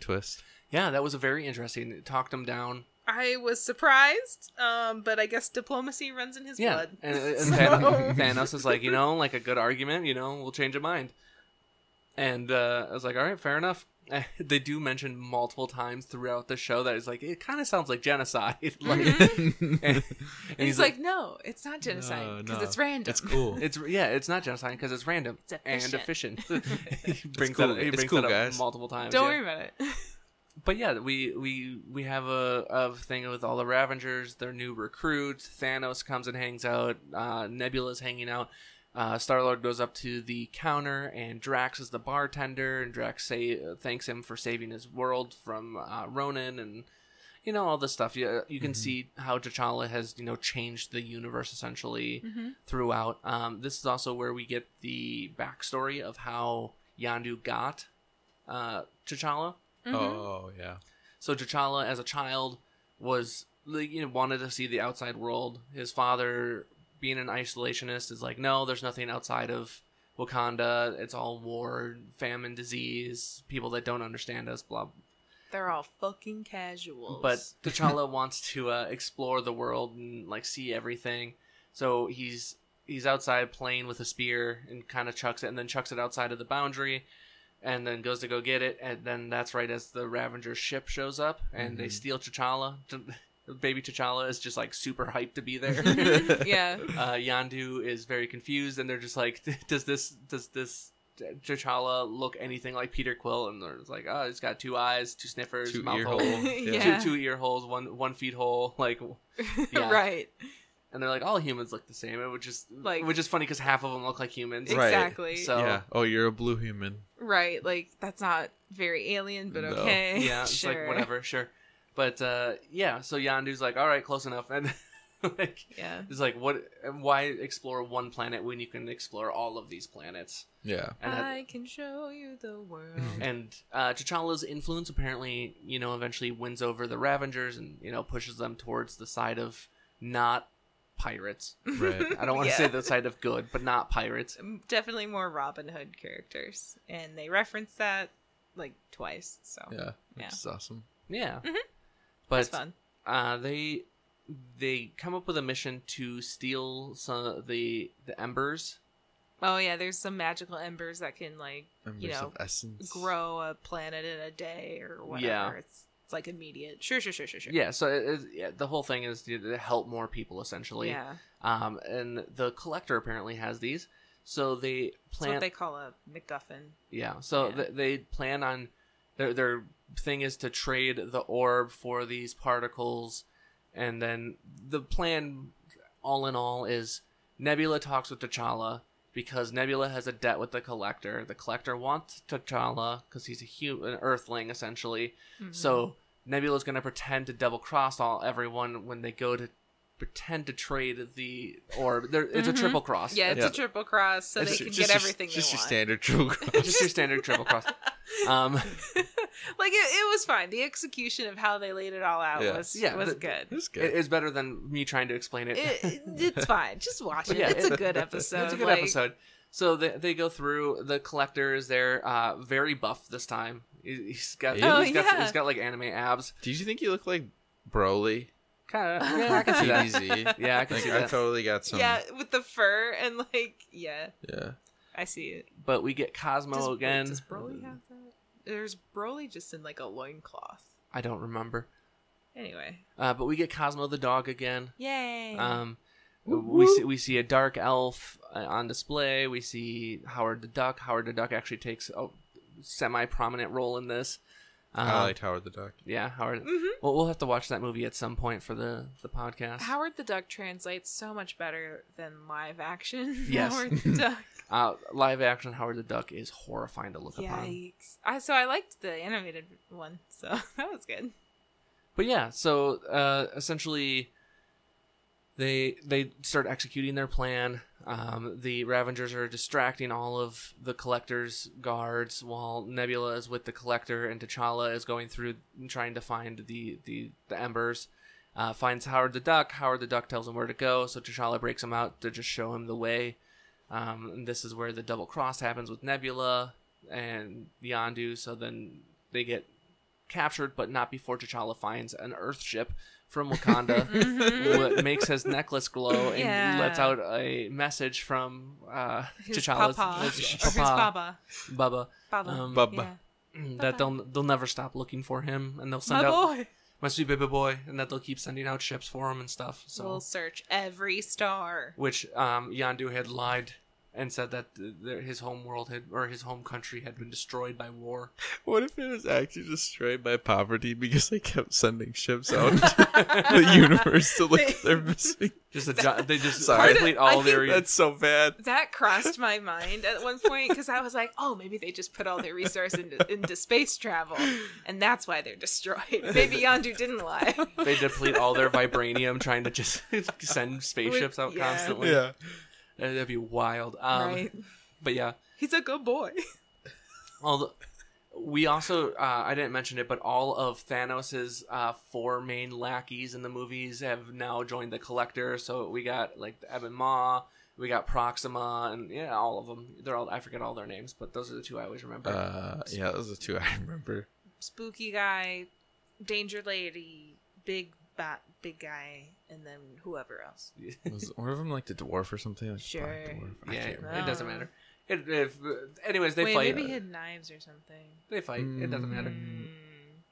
[SPEAKER 2] twist.
[SPEAKER 1] Yeah, that was a very interesting. It talked him down.
[SPEAKER 3] I was surprised. Um, but I guess diplomacy runs in his
[SPEAKER 1] yeah,
[SPEAKER 3] blood.
[SPEAKER 1] and, uh, and
[SPEAKER 3] So-
[SPEAKER 1] Than- Thanos is like, you know, like a good argument. You know, we'll change your mind. And uh, I was like, all right, fair enough. they do mention multiple times throughout the show that it's like it kind of sounds like genocide. like,
[SPEAKER 3] Mhm.
[SPEAKER 1] and, and
[SPEAKER 3] And he's like, no, it's not genocide because
[SPEAKER 2] no.
[SPEAKER 3] it's random.
[SPEAKER 2] It's cool.
[SPEAKER 1] It's yeah, it's not genocide because it's random
[SPEAKER 3] It's
[SPEAKER 1] and efficient. he brings
[SPEAKER 2] cool.
[SPEAKER 1] that, he
[SPEAKER 2] It's
[SPEAKER 1] brings
[SPEAKER 2] cool,
[SPEAKER 1] that up
[SPEAKER 2] guys.
[SPEAKER 1] multiple times.
[SPEAKER 3] Don't
[SPEAKER 1] yeah.
[SPEAKER 3] worry about it.
[SPEAKER 1] But yeah, we we we have a, a thing with all the Ravengers, their new recruits. Thanos comes and hangs out. Uh, Nebula's hanging out. Uh, Star Lord goes up to the counter, and Drax is the bartender, and Drax say thanks him for saving his world from uh, Ronan, and you know all this stuff. You you can
[SPEAKER 2] Mhm.
[SPEAKER 1] see how T'Challa has you know changed the universe essentially
[SPEAKER 3] Mm-hmm.
[SPEAKER 1] throughout. Um, this is also where we get the backstory of how Yandu got uh, T'Challa.
[SPEAKER 3] Mm-hmm.
[SPEAKER 2] Oh yeah.
[SPEAKER 1] So T'Challa, as a child, was like you know wanted to see the outside world. His father, being an isolationist, is like, no, there's nothing outside of Wakanda. It's all war, famine, disease, people that don't understand us, blah
[SPEAKER 3] They're all fucking casuals.
[SPEAKER 1] but T'Challa wants to uh, explore the world and like see everything. So he's he's outside playing with a spear and kind of chucks it and then chucks it outside of the boundary and then goes to go get it and then that's right as the Ravenger ship shows up and they
[SPEAKER 2] Mhm.
[SPEAKER 1] steal T'Challa. T- Baby T'Challa is just like super hyped to be there.
[SPEAKER 3] Mhm. yeah.
[SPEAKER 1] uh, Yandu is very confused and they're just like, does this does this T'Challa look anything like Peter Quill? And they're just like, oh, he's got two eyes, two sniffers,
[SPEAKER 2] Two
[SPEAKER 1] mouth
[SPEAKER 2] ear
[SPEAKER 1] hole,
[SPEAKER 2] holes.
[SPEAKER 3] Yeah.
[SPEAKER 1] two, two ear holes, one one feet hole, like, Yeah.
[SPEAKER 3] right.
[SPEAKER 1] and they're like all humans look the same, It which is like
[SPEAKER 3] Like-
[SPEAKER 1] which is funny because half of them look like humans.
[SPEAKER 2] Right.
[SPEAKER 3] Exactly.
[SPEAKER 1] So
[SPEAKER 2] Yeah. Oh, you're a blue human.
[SPEAKER 3] Right. Like that's not very alien, but
[SPEAKER 2] No.
[SPEAKER 3] okay.
[SPEAKER 1] yeah, it's
[SPEAKER 3] sure.
[SPEAKER 1] like whatever, sure. But uh, yeah, so Yandu's like, all right, close enough, and like
[SPEAKER 3] Yeah.
[SPEAKER 1] it's like what? Why explore one planet when you can explore all of these planets?
[SPEAKER 2] Yeah.
[SPEAKER 1] And that-
[SPEAKER 3] I can show you the world.
[SPEAKER 1] and uh, T'Challa's influence apparently, you know, eventually wins over the Ravengers and you know pushes them towards the side of not pirates.
[SPEAKER 2] Right.
[SPEAKER 1] I don't want to
[SPEAKER 3] Yeah.
[SPEAKER 1] say the side of good, but not pirates.
[SPEAKER 3] Mm, Definitely more Robin Hood characters, and they reference that like twice. So
[SPEAKER 2] Yeah. Which
[SPEAKER 3] Yeah.
[SPEAKER 2] is awesome.
[SPEAKER 1] Yeah,
[SPEAKER 3] Mhm.
[SPEAKER 1] but
[SPEAKER 3] it's fun.
[SPEAKER 1] uh, they they come up with a mission to steal some of the the embers.
[SPEAKER 3] Oh yeah, there's some magical embers that can like
[SPEAKER 2] Embers
[SPEAKER 3] You know,
[SPEAKER 2] of essence.
[SPEAKER 3] grow a planet in a day or whatever.
[SPEAKER 1] Yeah.
[SPEAKER 3] It's it's like immediate. Sure, sure, sure, sure, sure.
[SPEAKER 1] Yeah, so it, it- yeah, the whole thing is to to help more people essentially.
[SPEAKER 3] Yeah.
[SPEAKER 1] Um, and the collector apparently has these, so they
[SPEAKER 3] It's what
[SPEAKER 1] plan.
[SPEAKER 3] they call a MacGuffin.
[SPEAKER 1] Yeah. So
[SPEAKER 3] Yeah.
[SPEAKER 1] Th- they plan on their their thing is to trade the orb for these particles, and then the plan, all in all, is Nebula talks with T'Challa because Nebula has a debt with the Collector. The Collector wants T'Challa because he's a human, an Earthling essentially.
[SPEAKER 3] Mm-hmm.
[SPEAKER 1] So Nebula's gonna pretend to double cross all everyone when they go to pretend to trade the orb. There, it's
[SPEAKER 3] Mhm.
[SPEAKER 1] a triple cross.
[SPEAKER 3] yeah, it's
[SPEAKER 2] Yeah.
[SPEAKER 3] a triple cross, so
[SPEAKER 2] It's
[SPEAKER 3] they can
[SPEAKER 2] just
[SPEAKER 3] get
[SPEAKER 2] your-
[SPEAKER 3] everything
[SPEAKER 2] Just
[SPEAKER 3] they
[SPEAKER 2] your
[SPEAKER 3] want.
[SPEAKER 2] standard true.
[SPEAKER 1] it's just your standard triple cross. Um,
[SPEAKER 3] like it, it was fine. The execution of how they laid it all out
[SPEAKER 2] Yeah.
[SPEAKER 3] was
[SPEAKER 1] Yeah,
[SPEAKER 3] was
[SPEAKER 1] the-
[SPEAKER 3] good.
[SPEAKER 2] It's
[SPEAKER 1] it
[SPEAKER 2] good.
[SPEAKER 1] is better than me trying to explain it.
[SPEAKER 3] It, it's fine. Just watch it.
[SPEAKER 1] Yeah,
[SPEAKER 3] it's a
[SPEAKER 1] it-
[SPEAKER 3] good episode.
[SPEAKER 1] It's a good
[SPEAKER 3] like-
[SPEAKER 1] episode. So they, they go through. The collector is there, uh, very buff this time. He- He's got,
[SPEAKER 2] Oh,
[SPEAKER 1] he's got,
[SPEAKER 3] yeah.
[SPEAKER 1] he's got like anime abs.
[SPEAKER 2] Did you think you looked like Broly?
[SPEAKER 1] Kind of, yeah, I can see that.
[SPEAKER 2] TVZ.
[SPEAKER 1] Yeah, I can
[SPEAKER 2] Like,
[SPEAKER 1] see
[SPEAKER 2] I
[SPEAKER 1] that.
[SPEAKER 2] totally got some.
[SPEAKER 3] Yeah, with the fur and like yeah,
[SPEAKER 2] Yeah.
[SPEAKER 3] I see it.
[SPEAKER 1] But we get Cosmo
[SPEAKER 3] Does- wait,
[SPEAKER 1] again.
[SPEAKER 3] Does Broly have that? There's Broly just in like a loincloth.
[SPEAKER 1] I don't remember.
[SPEAKER 3] Anyway.
[SPEAKER 1] Uh, but we get Cosmo the dog again.
[SPEAKER 3] Yay.
[SPEAKER 1] Um,
[SPEAKER 3] Whoop,
[SPEAKER 1] we
[SPEAKER 3] whoop.
[SPEAKER 1] see we see a dark elf uh, on display. We see Howard the Duck. Howard the Duck actually takes a semi prominent role in this. Um,
[SPEAKER 2] I liked Howard the Duck.
[SPEAKER 1] yeah, Howard.
[SPEAKER 3] Mhm.
[SPEAKER 1] Well, we'll have to watch that movie at some point for the the podcast.
[SPEAKER 3] Howard the Duck translates so much better than live action.
[SPEAKER 1] Yes.
[SPEAKER 3] Howard the Duck.
[SPEAKER 1] Uh, live action Howard the Duck is horrifying to look upon.
[SPEAKER 3] Yikes. I, so I liked the animated one, so that was good.
[SPEAKER 1] But yeah, so uh, essentially, they they start executing their plan. Um, the Ravengers are distracting all of the Collector's guards while Nebula is with the Collector and T'Challa is going through and trying to find the the, the embers. Uh, finds Howard the Duck. Howard the Duck tells him where to go, so T'Challa breaks him out to just show him the way. Um, and this is where the double cross happens with Nebula and Yondu. So then they get captured, but not before T'Challa finds an Earth ship from Wakanda, what makes his necklace glow and
[SPEAKER 3] Mm-hmm. Yeah.
[SPEAKER 1] lets out a message from uh,
[SPEAKER 3] His
[SPEAKER 1] T'Challa's
[SPEAKER 3] papa. Or
[SPEAKER 1] his
[SPEAKER 3] his
[SPEAKER 1] papa,
[SPEAKER 3] baba.
[SPEAKER 1] Baba,
[SPEAKER 3] Baba.
[SPEAKER 1] Um,
[SPEAKER 2] Bubba.
[SPEAKER 1] that they'll they'll never stop looking for him, and they'll
[SPEAKER 3] Yeah. My
[SPEAKER 1] send out
[SPEAKER 3] boy.
[SPEAKER 1] must be baby boy, and that they'll keep sending out ships for him and stuff. So
[SPEAKER 3] We'll search every star.
[SPEAKER 1] which um, Yandu had lied and said that th- th- his home world had or his home country had been destroyed by war.
[SPEAKER 2] What if it was actually destroyed by poverty because they kept sending ships out to the universe to look for their missing?
[SPEAKER 1] Just a jo- they just
[SPEAKER 2] Sorry.
[SPEAKER 1] complete
[SPEAKER 3] I
[SPEAKER 1] all
[SPEAKER 3] think
[SPEAKER 1] their
[SPEAKER 2] That's so bad.
[SPEAKER 3] That crossed my mind at one point because I was like, oh, maybe they just put all their resource into, into space travel, and that's why they're destroyed. Maybe Yondu didn't lie.
[SPEAKER 1] they deplete all their vibranium trying to just send spaceships out
[SPEAKER 3] yeah.
[SPEAKER 1] constantly.
[SPEAKER 2] Yeah.
[SPEAKER 1] Uh, That'd be wild. Um,
[SPEAKER 3] right?
[SPEAKER 1] But yeah,
[SPEAKER 3] He's a good boy.
[SPEAKER 1] all the, we also uh, I didn't mention it, but all of Thanos's uh, four main lackeys in the movies have now joined the Collector. So we got like Ebon Maw, we got Proxima, and yeah, all of them. They're all I forget all their names, but those are the two I always remember.
[SPEAKER 2] Uh, yeah, those are the two I remember.
[SPEAKER 3] Spooky guy, danger lady, big bat, big guy, and then whoever else.
[SPEAKER 2] Was one of them like the dwarf or something? Like
[SPEAKER 3] Sure.
[SPEAKER 2] Black dwarf? I
[SPEAKER 1] yeah,
[SPEAKER 2] can't
[SPEAKER 1] it,
[SPEAKER 2] remember.
[SPEAKER 1] doesn't matter. It, if, anyways, they
[SPEAKER 3] Wait,
[SPEAKER 1] fight.
[SPEAKER 3] maybe he had knives or something.
[SPEAKER 1] They fight. It doesn't matter.
[SPEAKER 3] Mm.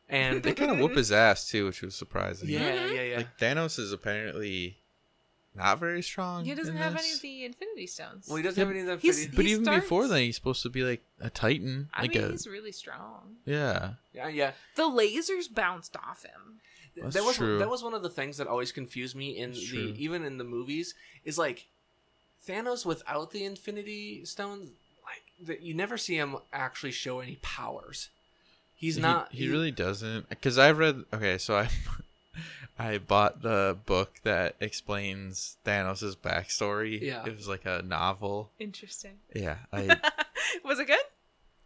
[SPEAKER 1] And
[SPEAKER 2] They kind of whoop his ass too, which was surprising.
[SPEAKER 1] yeah, yeah, yeah.
[SPEAKER 2] Like Thanos is apparently not very strong.
[SPEAKER 3] Hmm. He doesn't
[SPEAKER 2] in
[SPEAKER 3] have
[SPEAKER 2] this.
[SPEAKER 3] any of the Infinity Stones.
[SPEAKER 1] Well, he doesn't
[SPEAKER 2] Yeah,
[SPEAKER 1] have any of that.
[SPEAKER 3] he's-
[SPEAKER 1] video-
[SPEAKER 2] But
[SPEAKER 3] He
[SPEAKER 2] even before
[SPEAKER 3] starts-
[SPEAKER 2] then, he's supposed to be like a titan.
[SPEAKER 3] I
[SPEAKER 2] like
[SPEAKER 3] mean,
[SPEAKER 2] a
[SPEAKER 3] he's really strong.
[SPEAKER 2] yeah.
[SPEAKER 1] Yeah, yeah.
[SPEAKER 3] The lasers bounced off him.
[SPEAKER 2] That's
[SPEAKER 1] that was
[SPEAKER 2] true.
[SPEAKER 1] that was one of the things that always confused me in
[SPEAKER 2] That's
[SPEAKER 1] the
[SPEAKER 2] true.
[SPEAKER 1] even in the movies is like Thanos without the Infinity Stones, like that you never see him actually show any powers. He's
[SPEAKER 2] He-
[SPEAKER 1] not.
[SPEAKER 2] He, really doesn't. Because I read. Okay, so I, I bought the book that explains Thanos' backstory.
[SPEAKER 1] Yeah.
[SPEAKER 2] It was like a novel.
[SPEAKER 3] Interesting.
[SPEAKER 2] Yeah. I.
[SPEAKER 3] Was it good?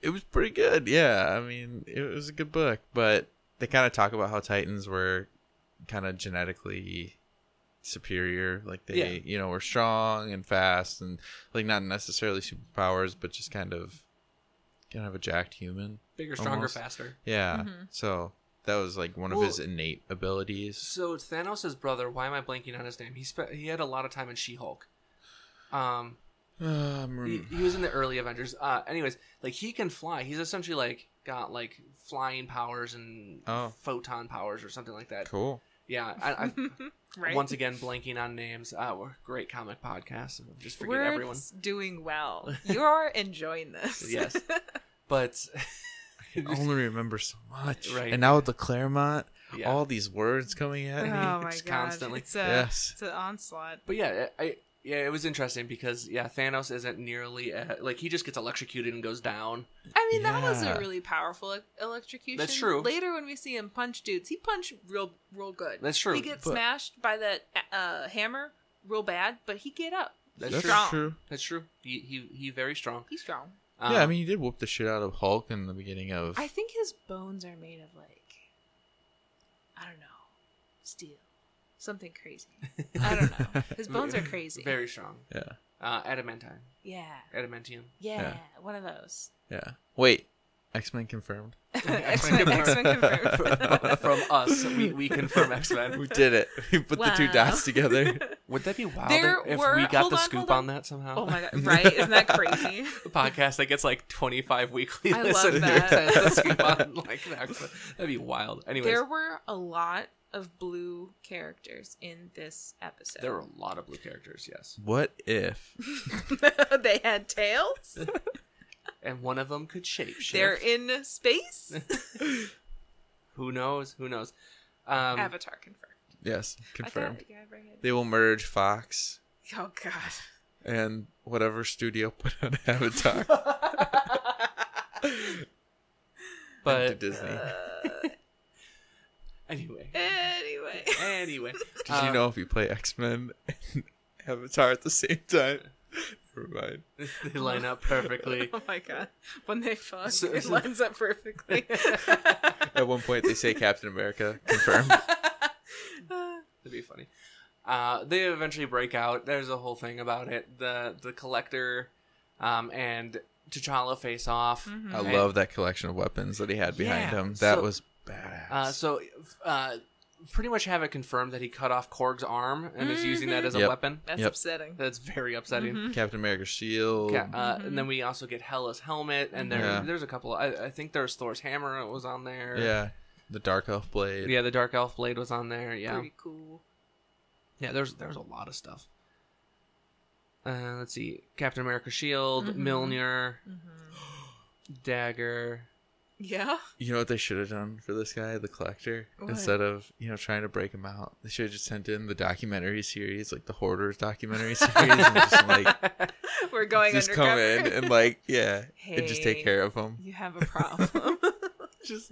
[SPEAKER 2] it was pretty good. Yeah. I mean, it was a good book, but they kind of talk about how Titans were kind of genetically superior like they
[SPEAKER 1] Yeah.
[SPEAKER 2] you know were strong and fast and like not necessarily superpowers but just kind of kind of a jacked human
[SPEAKER 1] bigger, stronger,
[SPEAKER 2] almost.
[SPEAKER 1] faster.
[SPEAKER 2] yeah.
[SPEAKER 3] Mhm.
[SPEAKER 2] So that was like one of
[SPEAKER 1] Mm-hmm. Well-
[SPEAKER 2] his innate abilities.
[SPEAKER 1] So it's Thanos' brother. Why am I blanking on his name? He spent he had a lot of time in She Hulk. Um,
[SPEAKER 2] Um,
[SPEAKER 1] he, he was in the early Avengers. Uh, anyways, like he can fly. He's essentially like got like flying powers and
[SPEAKER 2] Oh.
[SPEAKER 1] photon powers or something like that.
[SPEAKER 2] cool.
[SPEAKER 1] Yeah, I, I,
[SPEAKER 3] right.
[SPEAKER 1] Once again, blanking on names. Uh, we're a great comic podcast. Just forget
[SPEAKER 3] We're
[SPEAKER 1] everyone.
[SPEAKER 3] doing well. You're enjoying this.
[SPEAKER 1] Yes. But
[SPEAKER 2] I only remember so much.
[SPEAKER 1] Right.
[SPEAKER 2] And now with the Claremont,
[SPEAKER 1] Yeah.
[SPEAKER 2] all these words coming at
[SPEAKER 3] Oh
[SPEAKER 2] me.
[SPEAKER 3] my
[SPEAKER 1] Just
[SPEAKER 3] god!
[SPEAKER 1] constantly.
[SPEAKER 3] It's a,
[SPEAKER 2] Yes.
[SPEAKER 3] it's an onslaught.
[SPEAKER 1] But yeah, I I- yeah, it was interesting because yeah, Thanos isn't nearly uh like he just gets electrocuted and goes down.
[SPEAKER 3] I mean, that was a
[SPEAKER 2] Yeah.
[SPEAKER 3] really powerful e- electrocution.
[SPEAKER 1] That's true.
[SPEAKER 3] Later, when we see him punch dudes, he punched real, real good.
[SPEAKER 1] That's true,
[SPEAKER 3] He gets
[SPEAKER 2] but-
[SPEAKER 3] smashed by that uh, hammer real bad, but he get up.
[SPEAKER 1] That's,
[SPEAKER 3] That's
[SPEAKER 1] true.
[SPEAKER 3] strong.
[SPEAKER 1] That's true. He he he very strong.
[SPEAKER 3] He's strong.
[SPEAKER 1] Um,
[SPEAKER 2] yeah, I mean, he did whoop the shit out of Hulk in the beginning of.
[SPEAKER 3] I think his bones are made of like, I don't know, steel, something crazy. I don't know. His bones are crazy.
[SPEAKER 1] Very strong.
[SPEAKER 2] yeah,
[SPEAKER 1] Uh, adamantine,
[SPEAKER 3] Yeah,
[SPEAKER 1] adamantium.
[SPEAKER 3] yeah,
[SPEAKER 2] Yeah.
[SPEAKER 3] one of those.
[SPEAKER 2] yeah. Wait, X Men confirmed.
[SPEAKER 3] X Men, X Men confirmed.
[SPEAKER 1] From us, we, we confirm X Men.
[SPEAKER 2] We did it. We put the two
[SPEAKER 3] Wow.
[SPEAKER 2] dots together.
[SPEAKER 1] Would that be wild
[SPEAKER 3] There
[SPEAKER 1] if
[SPEAKER 3] were-
[SPEAKER 1] we got
[SPEAKER 3] hold
[SPEAKER 1] the
[SPEAKER 3] on,
[SPEAKER 1] scoop
[SPEAKER 3] hold
[SPEAKER 1] on.
[SPEAKER 3] on.
[SPEAKER 1] that somehow?
[SPEAKER 3] oh my god! Right? Isn't that crazy?
[SPEAKER 1] A podcast that gets like 25 weekly
[SPEAKER 3] I love
[SPEAKER 1] listeners has
[SPEAKER 3] that.
[SPEAKER 1] the scoop on like that. That'd be wild. Anyways,
[SPEAKER 3] There
[SPEAKER 1] there,
[SPEAKER 3] were a lot of blue characters in this episode.
[SPEAKER 1] were a lot of blue characters, yes,
[SPEAKER 2] What if?
[SPEAKER 3] they had tails.
[SPEAKER 1] and one of them could shape
[SPEAKER 3] They're
[SPEAKER 1] shift.
[SPEAKER 3] in space.
[SPEAKER 1] Who knows? Who knows? Um,
[SPEAKER 3] Avatar confirmed.
[SPEAKER 2] Yes,
[SPEAKER 3] I
[SPEAKER 2] confirmed.
[SPEAKER 3] thought, yeah, I read it.
[SPEAKER 2] They will merge Fox
[SPEAKER 3] Oh god.
[SPEAKER 2] and whatever studio put out Avatar to
[SPEAKER 1] but
[SPEAKER 2] Disney.
[SPEAKER 3] Uh,
[SPEAKER 1] anyway,
[SPEAKER 3] anyway.
[SPEAKER 1] anyway,
[SPEAKER 2] Did
[SPEAKER 1] um,
[SPEAKER 2] you know if you play X Men and Avatar at the same time? Never mind.
[SPEAKER 1] they line up perfectly?
[SPEAKER 3] Oh my god. When they fuck,
[SPEAKER 1] So-
[SPEAKER 3] it
[SPEAKER 1] so-
[SPEAKER 3] lines up perfectly.
[SPEAKER 2] At one point, they say Captain America confirmed.
[SPEAKER 1] That'd be funny. Uh, they eventually break out. There's a whole thing about it. The the collector, um, and T'Challa face off.
[SPEAKER 3] Mhm.
[SPEAKER 2] I love that collection of weapons that he had behind
[SPEAKER 1] Yeah,
[SPEAKER 2] him. That
[SPEAKER 1] so-
[SPEAKER 2] was badass.
[SPEAKER 1] Uh, so, uh, pretty much have it confirmed that he cut off Korg's arm and is using that as a
[SPEAKER 2] Mm-hmm. Yep.
[SPEAKER 1] weapon.
[SPEAKER 3] That's
[SPEAKER 2] Yep.
[SPEAKER 3] upsetting.
[SPEAKER 1] That's very upsetting.
[SPEAKER 3] Mhm.
[SPEAKER 2] Captain America's shield.
[SPEAKER 1] Ca- uh,
[SPEAKER 3] Mhm.
[SPEAKER 1] And then we also get Hela's helmet, and there,
[SPEAKER 2] Yeah.
[SPEAKER 1] there's a couple. I, I think there's Thor's hammer was on there.
[SPEAKER 2] yeah, the Dark Elf blade.
[SPEAKER 1] yeah. The Dark Elf blade was on there. Yeah,
[SPEAKER 3] Pretty cool.
[SPEAKER 1] yeah. There's there's a lot of stuff. Uh, let's see, Captain America shield,
[SPEAKER 3] Mhm.
[SPEAKER 1] Milner,
[SPEAKER 3] Mhm.
[SPEAKER 1] dagger.
[SPEAKER 3] Yeah.
[SPEAKER 2] You know what they should have done for this guy, the collector,
[SPEAKER 3] What?
[SPEAKER 2] instead of you know trying to break him out, they should have just sent in the documentary series, like the Hoarders documentary series, and just like
[SPEAKER 3] We're going
[SPEAKER 2] just
[SPEAKER 3] undercover.
[SPEAKER 2] come in and like yeah, and just take
[SPEAKER 3] Hey.
[SPEAKER 2] care of him.
[SPEAKER 3] You have a problem.
[SPEAKER 2] Just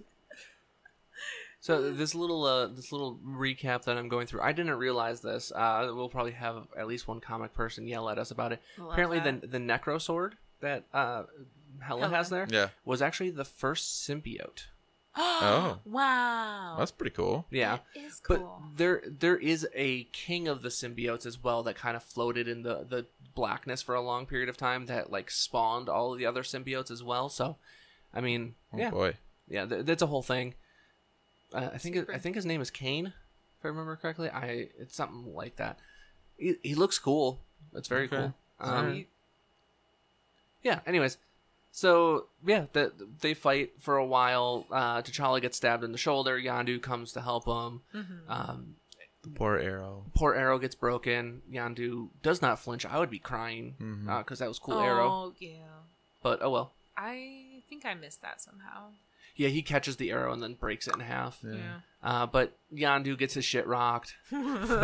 [SPEAKER 1] So this little uh, this little recap that I'm going through, I didn't realize this. Uh, we'll probably have at least one comic person yell at us about it. Apparently, the the Necro Sword that uh, Hela,
[SPEAKER 3] Hela.
[SPEAKER 1] has there
[SPEAKER 2] yeah,
[SPEAKER 1] was actually the first symbiote.
[SPEAKER 3] oh
[SPEAKER 2] Oh.
[SPEAKER 3] wow,
[SPEAKER 2] that's pretty cool.
[SPEAKER 1] Yeah,
[SPEAKER 3] that is
[SPEAKER 1] but
[SPEAKER 3] cool.
[SPEAKER 1] there there is a king of the symbiotes as well that kind of floated in the the blackness for a long period of time that like spawned all of the other symbiotes as well. So, I mean,
[SPEAKER 2] Oh
[SPEAKER 1] yeah,
[SPEAKER 2] boy,
[SPEAKER 1] yeah, th- that's a whole thing. Uh, I think
[SPEAKER 3] Super.
[SPEAKER 1] I think his name is Kane, if I remember correctly. I it's something like that. He, he looks cool. That's very
[SPEAKER 2] Okay.
[SPEAKER 1] cool.
[SPEAKER 2] Alright.
[SPEAKER 1] Um, yeah. Anyways, so yeah, the, they fight for a while. Uh, T'Challa gets stabbed in the shoulder. Yandu comes to help him.
[SPEAKER 2] uh,
[SPEAKER 3] Mhm.
[SPEAKER 1] Um,
[SPEAKER 2] the poor arrow.
[SPEAKER 1] poor arrow gets broken. Yandu does not flinch. I would be crying because
[SPEAKER 2] Mhm.
[SPEAKER 1] that was cool arrow.
[SPEAKER 3] Oh yeah,
[SPEAKER 1] But oh well.
[SPEAKER 3] I think I missed that somehow.
[SPEAKER 1] Yeah, he catches the arrow and then breaks it in half.
[SPEAKER 3] Yeah,
[SPEAKER 1] Uh, but Yandu gets his shit rocked. for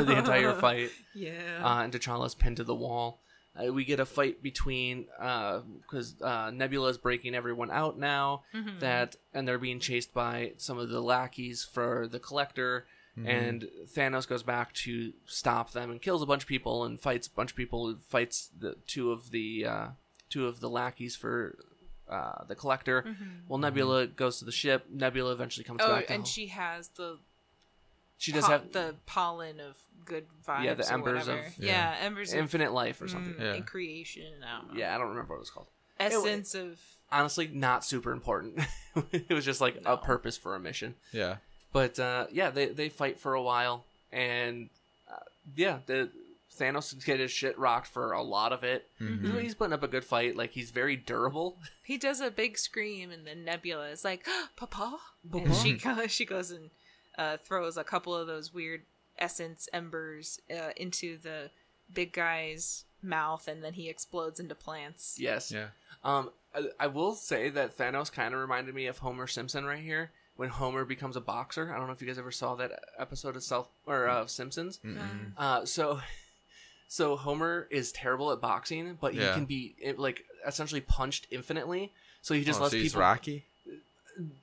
[SPEAKER 1] the entire fight.
[SPEAKER 3] Yeah,
[SPEAKER 1] Uh, and T'Challa's pinned to the wall. Uh, we get a fight between because uh, Nebula's breaking everyone out now.
[SPEAKER 3] Mhm.
[SPEAKER 1] That and they're being chased by some of the lackeys for the Collector.
[SPEAKER 2] Mhm.
[SPEAKER 1] And Thanos goes back to stop them and kills a bunch of people and fights a bunch of people. Fights the two of the uh, two of the lackeys for uh, the Collector.
[SPEAKER 3] Mhm.
[SPEAKER 1] Well, Nebula goes to the ship. Nebula eventually comes
[SPEAKER 3] Oh,
[SPEAKER 1] back. To
[SPEAKER 3] and
[SPEAKER 1] help.
[SPEAKER 3] she has the
[SPEAKER 1] she does
[SPEAKER 3] po-
[SPEAKER 1] have
[SPEAKER 3] the pollen of good vibes.
[SPEAKER 1] Yeah, the
[SPEAKER 3] or
[SPEAKER 1] embers of-
[SPEAKER 3] whatever. yeah.
[SPEAKER 2] Yeah.
[SPEAKER 3] embers of
[SPEAKER 1] infinite life or something.
[SPEAKER 3] mm,
[SPEAKER 2] Yeah.
[SPEAKER 3] and creation. I don't know.
[SPEAKER 1] Yeah, I don't remember what it was called.
[SPEAKER 3] essence of
[SPEAKER 1] honestly not super important. it was just like
[SPEAKER 3] No.
[SPEAKER 1] a purpose for a mission.
[SPEAKER 2] Yeah,
[SPEAKER 1] But uh, yeah, they they fight for a while, and uh, yeah, the Thanos get his shit rocked for a lot of it.
[SPEAKER 2] Mhm.
[SPEAKER 1] He's- He's putting up a good fight. Like he's very durable.
[SPEAKER 3] he does a big scream and then Nebula is like, "Papa," and
[SPEAKER 1] Papa.
[SPEAKER 3] she goes, she goes and uh, throws a couple of those weird essence embers uh, into the big guy's mouth and then he explodes into plants.
[SPEAKER 1] Yes.
[SPEAKER 2] Yeah.
[SPEAKER 1] Um, I, I will say that Thanos kind of reminded me of Homer Simpson right here when Homer becomes a boxer. I don't know if you guys ever saw that episode of Self or uh, of Simpsons.
[SPEAKER 3] Um,
[SPEAKER 2] Mm-mm. Oh,
[SPEAKER 1] Uh, so, so Homer is terrible at boxing, but
[SPEAKER 2] Yeah.
[SPEAKER 1] he can be it, like essentially punched infinitely. So he just
[SPEAKER 2] Oh,
[SPEAKER 1] lets
[SPEAKER 2] so he's
[SPEAKER 1] people
[SPEAKER 2] Rocky.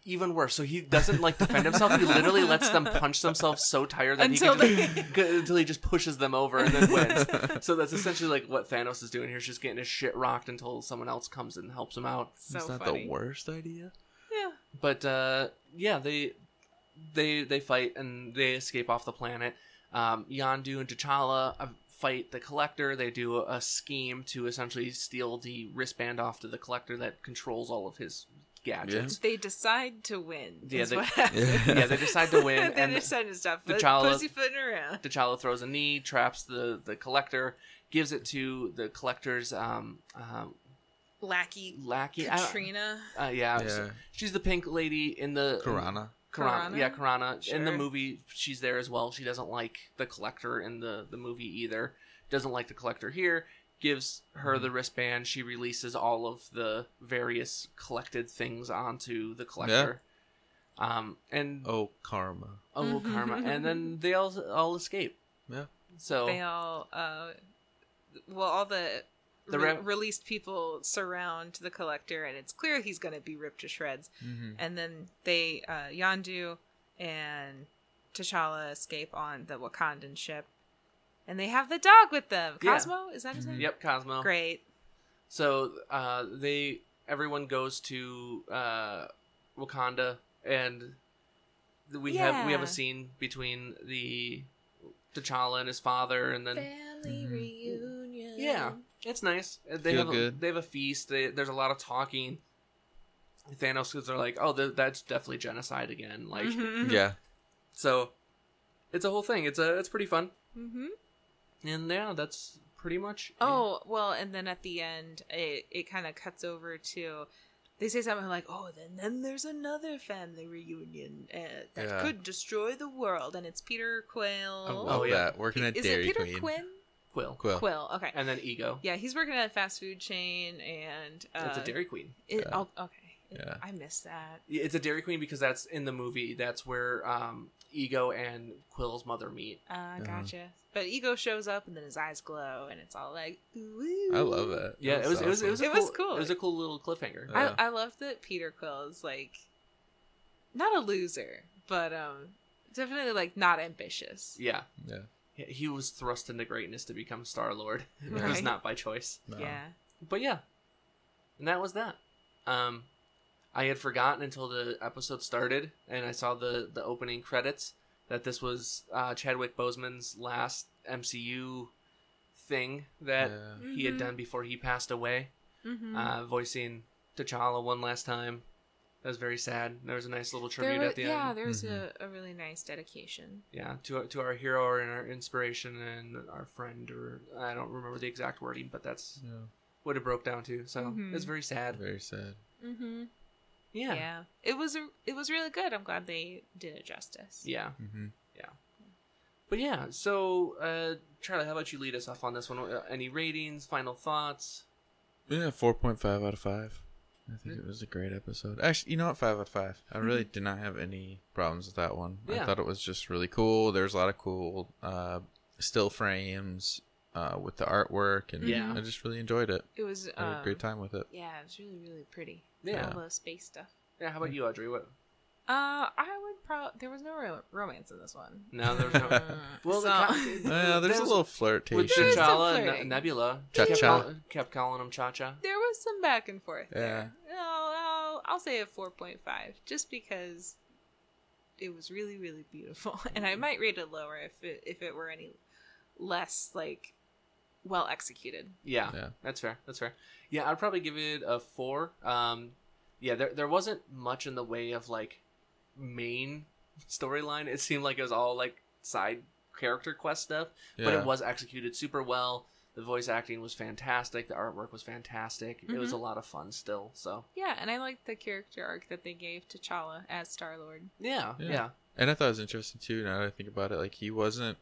[SPEAKER 1] even worse. So he doesn't like defend himself. He literally lets them punch themselves so tired that
[SPEAKER 3] Until
[SPEAKER 1] he can just, until he just pushes them over and then wins. so that's essentially like what Thanos is doing here. He's just getting his shit rocked until someone else comes and helps him out.
[SPEAKER 3] So
[SPEAKER 2] It's not
[SPEAKER 3] funny.
[SPEAKER 2] the worst idea.
[SPEAKER 3] Yeah.
[SPEAKER 1] But uh, yeah, they they they fight and they escape off the planet. Um, Yondu and T'Challa uh, fight the Collector. They do a scheme to essentially steal the wristband off to the Collector that controls all of his gadgets.
[SPEAKER 3] They decide to win.
[SPEAKER 1] Yeah,
[SPEAKER 3] is
[SPEAKER 1] they-
[SPEAKER 3] what happens.
[SPEAKER 2] Yeah.
[SPEAKER 1] Yeah, they decide to win,
[SPEAKER 3] they
[SPEAKER 1] and
[SPEAKER 3] decide to stop
[SPEAKER 1] the
[SPEAKER 3] the
[SPEAKER 1] child-
[SPEAKER 3] pussyfooting around.
[SPEAKER 1] T'Challa throws a knee, traps the the collector, gives it to the collector's um, um
[SPEAKER 3] Lackey
[SPEAKER 1] lackey. I don't-
[SPEAKER 3] Katrina.
[SPEAKER 1] Uh, yeah,
[SPEAKER 2] Yeah.
[SPEAKER 1] she's the pink lady in the
[SPEAKER 2] Karana.
[SPEAKER 1] Karana.
[SPEAKER 3] Karana?
[SPEAKER 1] Yeah, Karana. In the
[SPEAKER 3] Sure.
[SPEAKER 1] movie, she's there as well. She doesn't like the collector in the the movie either. Doesn't like the collector here. Gives her
[SPEAKER 3] Mm-hmm.
[SPEAKER 1] the wristband. She releases all of the various collected things onto the collector. Um and oh,
[SPEAKER 2] Oh, karma.
[SPEAKER 1] karma, and then they all all escape.
[SPEAKER 2] Yeah.
[SPEAKER 1] So
[SPEAKER 3] They all uh well all the
[SPEAKER 1] The
[SPEAKER 3] re-
[SPEAKER 1] ra-
[SPEAKER 3] released people surround the collector and it's clear he's going to be ripped to shreds.
[SPEAKER 2] Mm-hmm.
[SPEAKER 3] And then they uh Yandu and T'Challa escape on the Wakandan ship. And they have the dog with them.
[SPEAKER 1] Yeah. Mm-hmm.
[SPEAKER 3] Cosmo, is that his name?
[SPEAKER 1] Yep, Cosmo.
[SPEAKER 3] Great.
[SPEAKER 1] So uh, they everyone goes to uh, Wakanda, and th- we have we have
[SPEAKER 3] Yeah.
[SPEAKER 1] a scene between the T'Challa and his father, and then
[SPEAKER 3] Family
[SPEAKER 2] Mhm.
[SPEAKER 3] reunion.
[SPEAKER 1] Mm-hmm. yeah, it's nice. Uh, They
[SPEAKER 2] Feel
[SPEAKER 1] have A,
[SPEAKER 2] good.
[SPEAKER 1] they have a feast. They, there's a lot of talking. Thanos because they're like, oh, th- that's definitely genocide again. Like,
[SPEAKER 3] Mhm.
[SPEAKER 2] Yeah.
[SPEAKER 1] so it's a whole thing. It's a it's pretty fun,
[SPEAKER 3] Mhm.
[SPEAKER 1] and yeah, that's pretty much. it.
[SPEAKER 3] Oh, well, and then at the end, it, it kind of cuts over to. They say something like, oh, then, then there's another family reunion uh, that
[SPEAKER 2] Yeah.
[SPEAKER 3] could destroy the world. And it's Peter
[SPEAKER 2] I
[SPEAKER 3] Quill.
[SPEAKER 2] love
[SPEAKER 1] yeah.
[SPEAKER 2] that. Working at
[SPEAKER 3] Mm-hmm. Oh, Is
[SPEAKER 2] Dairy
[SPEAKER 3] it Peter
[SPEAKER 2] Queen. Oh.
[SPEAKER 3] Quinn?
[SPEAKER 1] Quill,
[SPEAKER 2] Quill.
[SPEAKER 3] Quill, okay.
[SPEAKER 1] and then Ego.
[SPEAKER 3] Yeah, he's working at a fast food chain and. Uh,
[SPEAKER 1] it's a Dairy Queen.
[SPEAKER 3] It,
[SPEAKER 2] Yeah.
[SPEAKER 3] oh, okay.
[SPEAKER 2] Yeah.
[SPEAKER 3] I missed that.
[SPEAKER 1] Yeah, It's a Dairy Queen because that's in the movie. That's where um, Ego and Quill's mother meet.
[SPEAKER 2] Uh-huh.
[SPEAKER 3] Uh, gotcha. But Ego shows up and then his eyes glow and it's all like, ooh.
[SPEAKER 2] I love that.
[SPEAKER 1] Yeah,
[SPEAKER 2] That's
[SPEAKER 1] it was it was it
[SPEAKER 2] awesome.
[SPEAKER 1] was a
[SPEAKER 3] It
[SPEAKER 1] cool,
[SPEAKER 3] was cool.
[SPEAKER 1] It was a cool little cliffhanger.
[SPEAKER 2] Yeah.
[SPEAKER 3] I, I love that Peter Quill is like not a loser, but um definitely like not ambitious.
[SPEAKER 1] yeah,
[SPEAKER 2] Yeah.
[SPEAKER 1] He- he was thrust into greatness to become Star Lord. It was
[SPEAKER 3] Right.
[SPEAKER 1] not by choice.
[SPEAKER 2] No.
[SPEAKER 3] Yeah.
[SPEAKER 1] But yeah, and that was that. Um, I had forgotten until the episode started and I saw the the opening credits that this was uh, Chadwick Boseman's last MCU thing that
[SPEAKER 2] Yeah.
[SPEAKER 1] he had done before he passed away.
[SPEAKER 3] Mm-hmm.
[SPEAKER 1] uh, voicing T'Challa one last time. That was very sad. There was a nice little tribute at the
[SPEAKER 3] yeah,
[SPEAKER 1] end. Mm-hmm.
[SPEAKER 3] there was
[SPEAKER 2] Mhm.
[SPEAKER 3] a, a really nice dedication.
[SPEAKER 1] Yeah, to to our hero and our inspiration and our friend, or I don't remember the exact wording, but that's
[SPEAKER 2] Yeah.
[SPEAKER 1] what it broke down to. So
[SPEAKER 3] Mhm.
[SPEAKER 1] it's very sad.
[SPEAKER 2] Very sad.
[SPEAKER 3] Mm-hmm.
[SPEAKER 1] Yeah.
[SPEAKER 3] Yeah.
[SPEAKER 1] yeah,
[SPEAKER 3] it was a, it was really good. I'm glad they did it justice.
[SPEAKER 2] Mm-hmm.
[SPEAKER 1] But yeah, so uh, Charlie, how about you lead us off on this one? Uh, Any ratings, final thoughts?
[SPEAKER 2] Yeah, four point five out of five. I think it was a great episode. Actually, you know what? Five out of five. I really did not have any problems with that one.
[SPEAKER 1] Mm-hmm. Yeah.
[SPEAKER 2] I thought it was just really cool. There's a lot of cool uh, still frames uh, with the artwork, and
[SPEAKER 1] Yeah.
[SPEAKER 2] I just really enjoyed it.
[SPEAKER 3] It was
[SPEAKER 2] I had a
[SPEAKER 3] um,
[SPEAKER 2] great time with it.
[SPEAKER 3] Yeah, it was really really pretty.
[SPEAKER 1] Yeah,
[SPEAKER 3] all the space stuff.
[SPEAKER 1] yeah. How about you, Audrey? What?
[SPEAKER 3] Uh, I would probably there was no ro- romance in this one.
[SPEAKER 1] No, there's no.
[SPEAKER 3] Mm,
[SPEAKER 1] Well, the
[SPEAKER 3] so-
[SPEAKER 1] co-
[SPEAKER 2] Uh, there's
[SPEAKER 1] that
[SPEAKER 2] a
[SPEAKER 1] was-
[SPEAKER 2] little
[SPEAKER 1] with
[SPEAKER 2] flirtation.
[SPEAKER 3] There is some
[SPEAKER 1] T'Challa and
[SPEAKER 3] flirting.
[SPEAKER 1] Ne- Nebula, kept,
[SPEAKER 2] Cha-cha.
[SPEAKER 1] call- kept calling him Cha Cha.
[SPEAKER 3] there was some back and forth. There. I'll, I'll, I'll say a 4.5 just because it was really, really beautiful. And
[SPEAKER 2] Mm-hmm.
[SPEAKER 3] I might rate it lower if it, if it were any less, like, well executed.
[SPEAKER 1] Yeah,
[SPEAKER 2] Yeah.
[SPEAKER 1] that's fair. That's fair. Yeah, I'd probably give it a four. Um, yeah, there there wasn't much in the way of like main storyline. It seemed like it was all like side character quest stuff, but
[SPEAKER 2] Yeah.
[SPEAKER 1] it was executed super well. The voice acting was fantastic. The artwork was fantastic. It was
[SPEAKER 3] Mhm.
[SPEAKER 1] a lot of fun still. So
[SPEAKER 3] Yeah, and I liked the character arc that they gave to T'Challa as Star Lord.
[SPEAKER 1] yeah, yeah,
[SPEAKER 2] Yeah. And I thought it was interesting too. Now that I think about it, like he wasn't,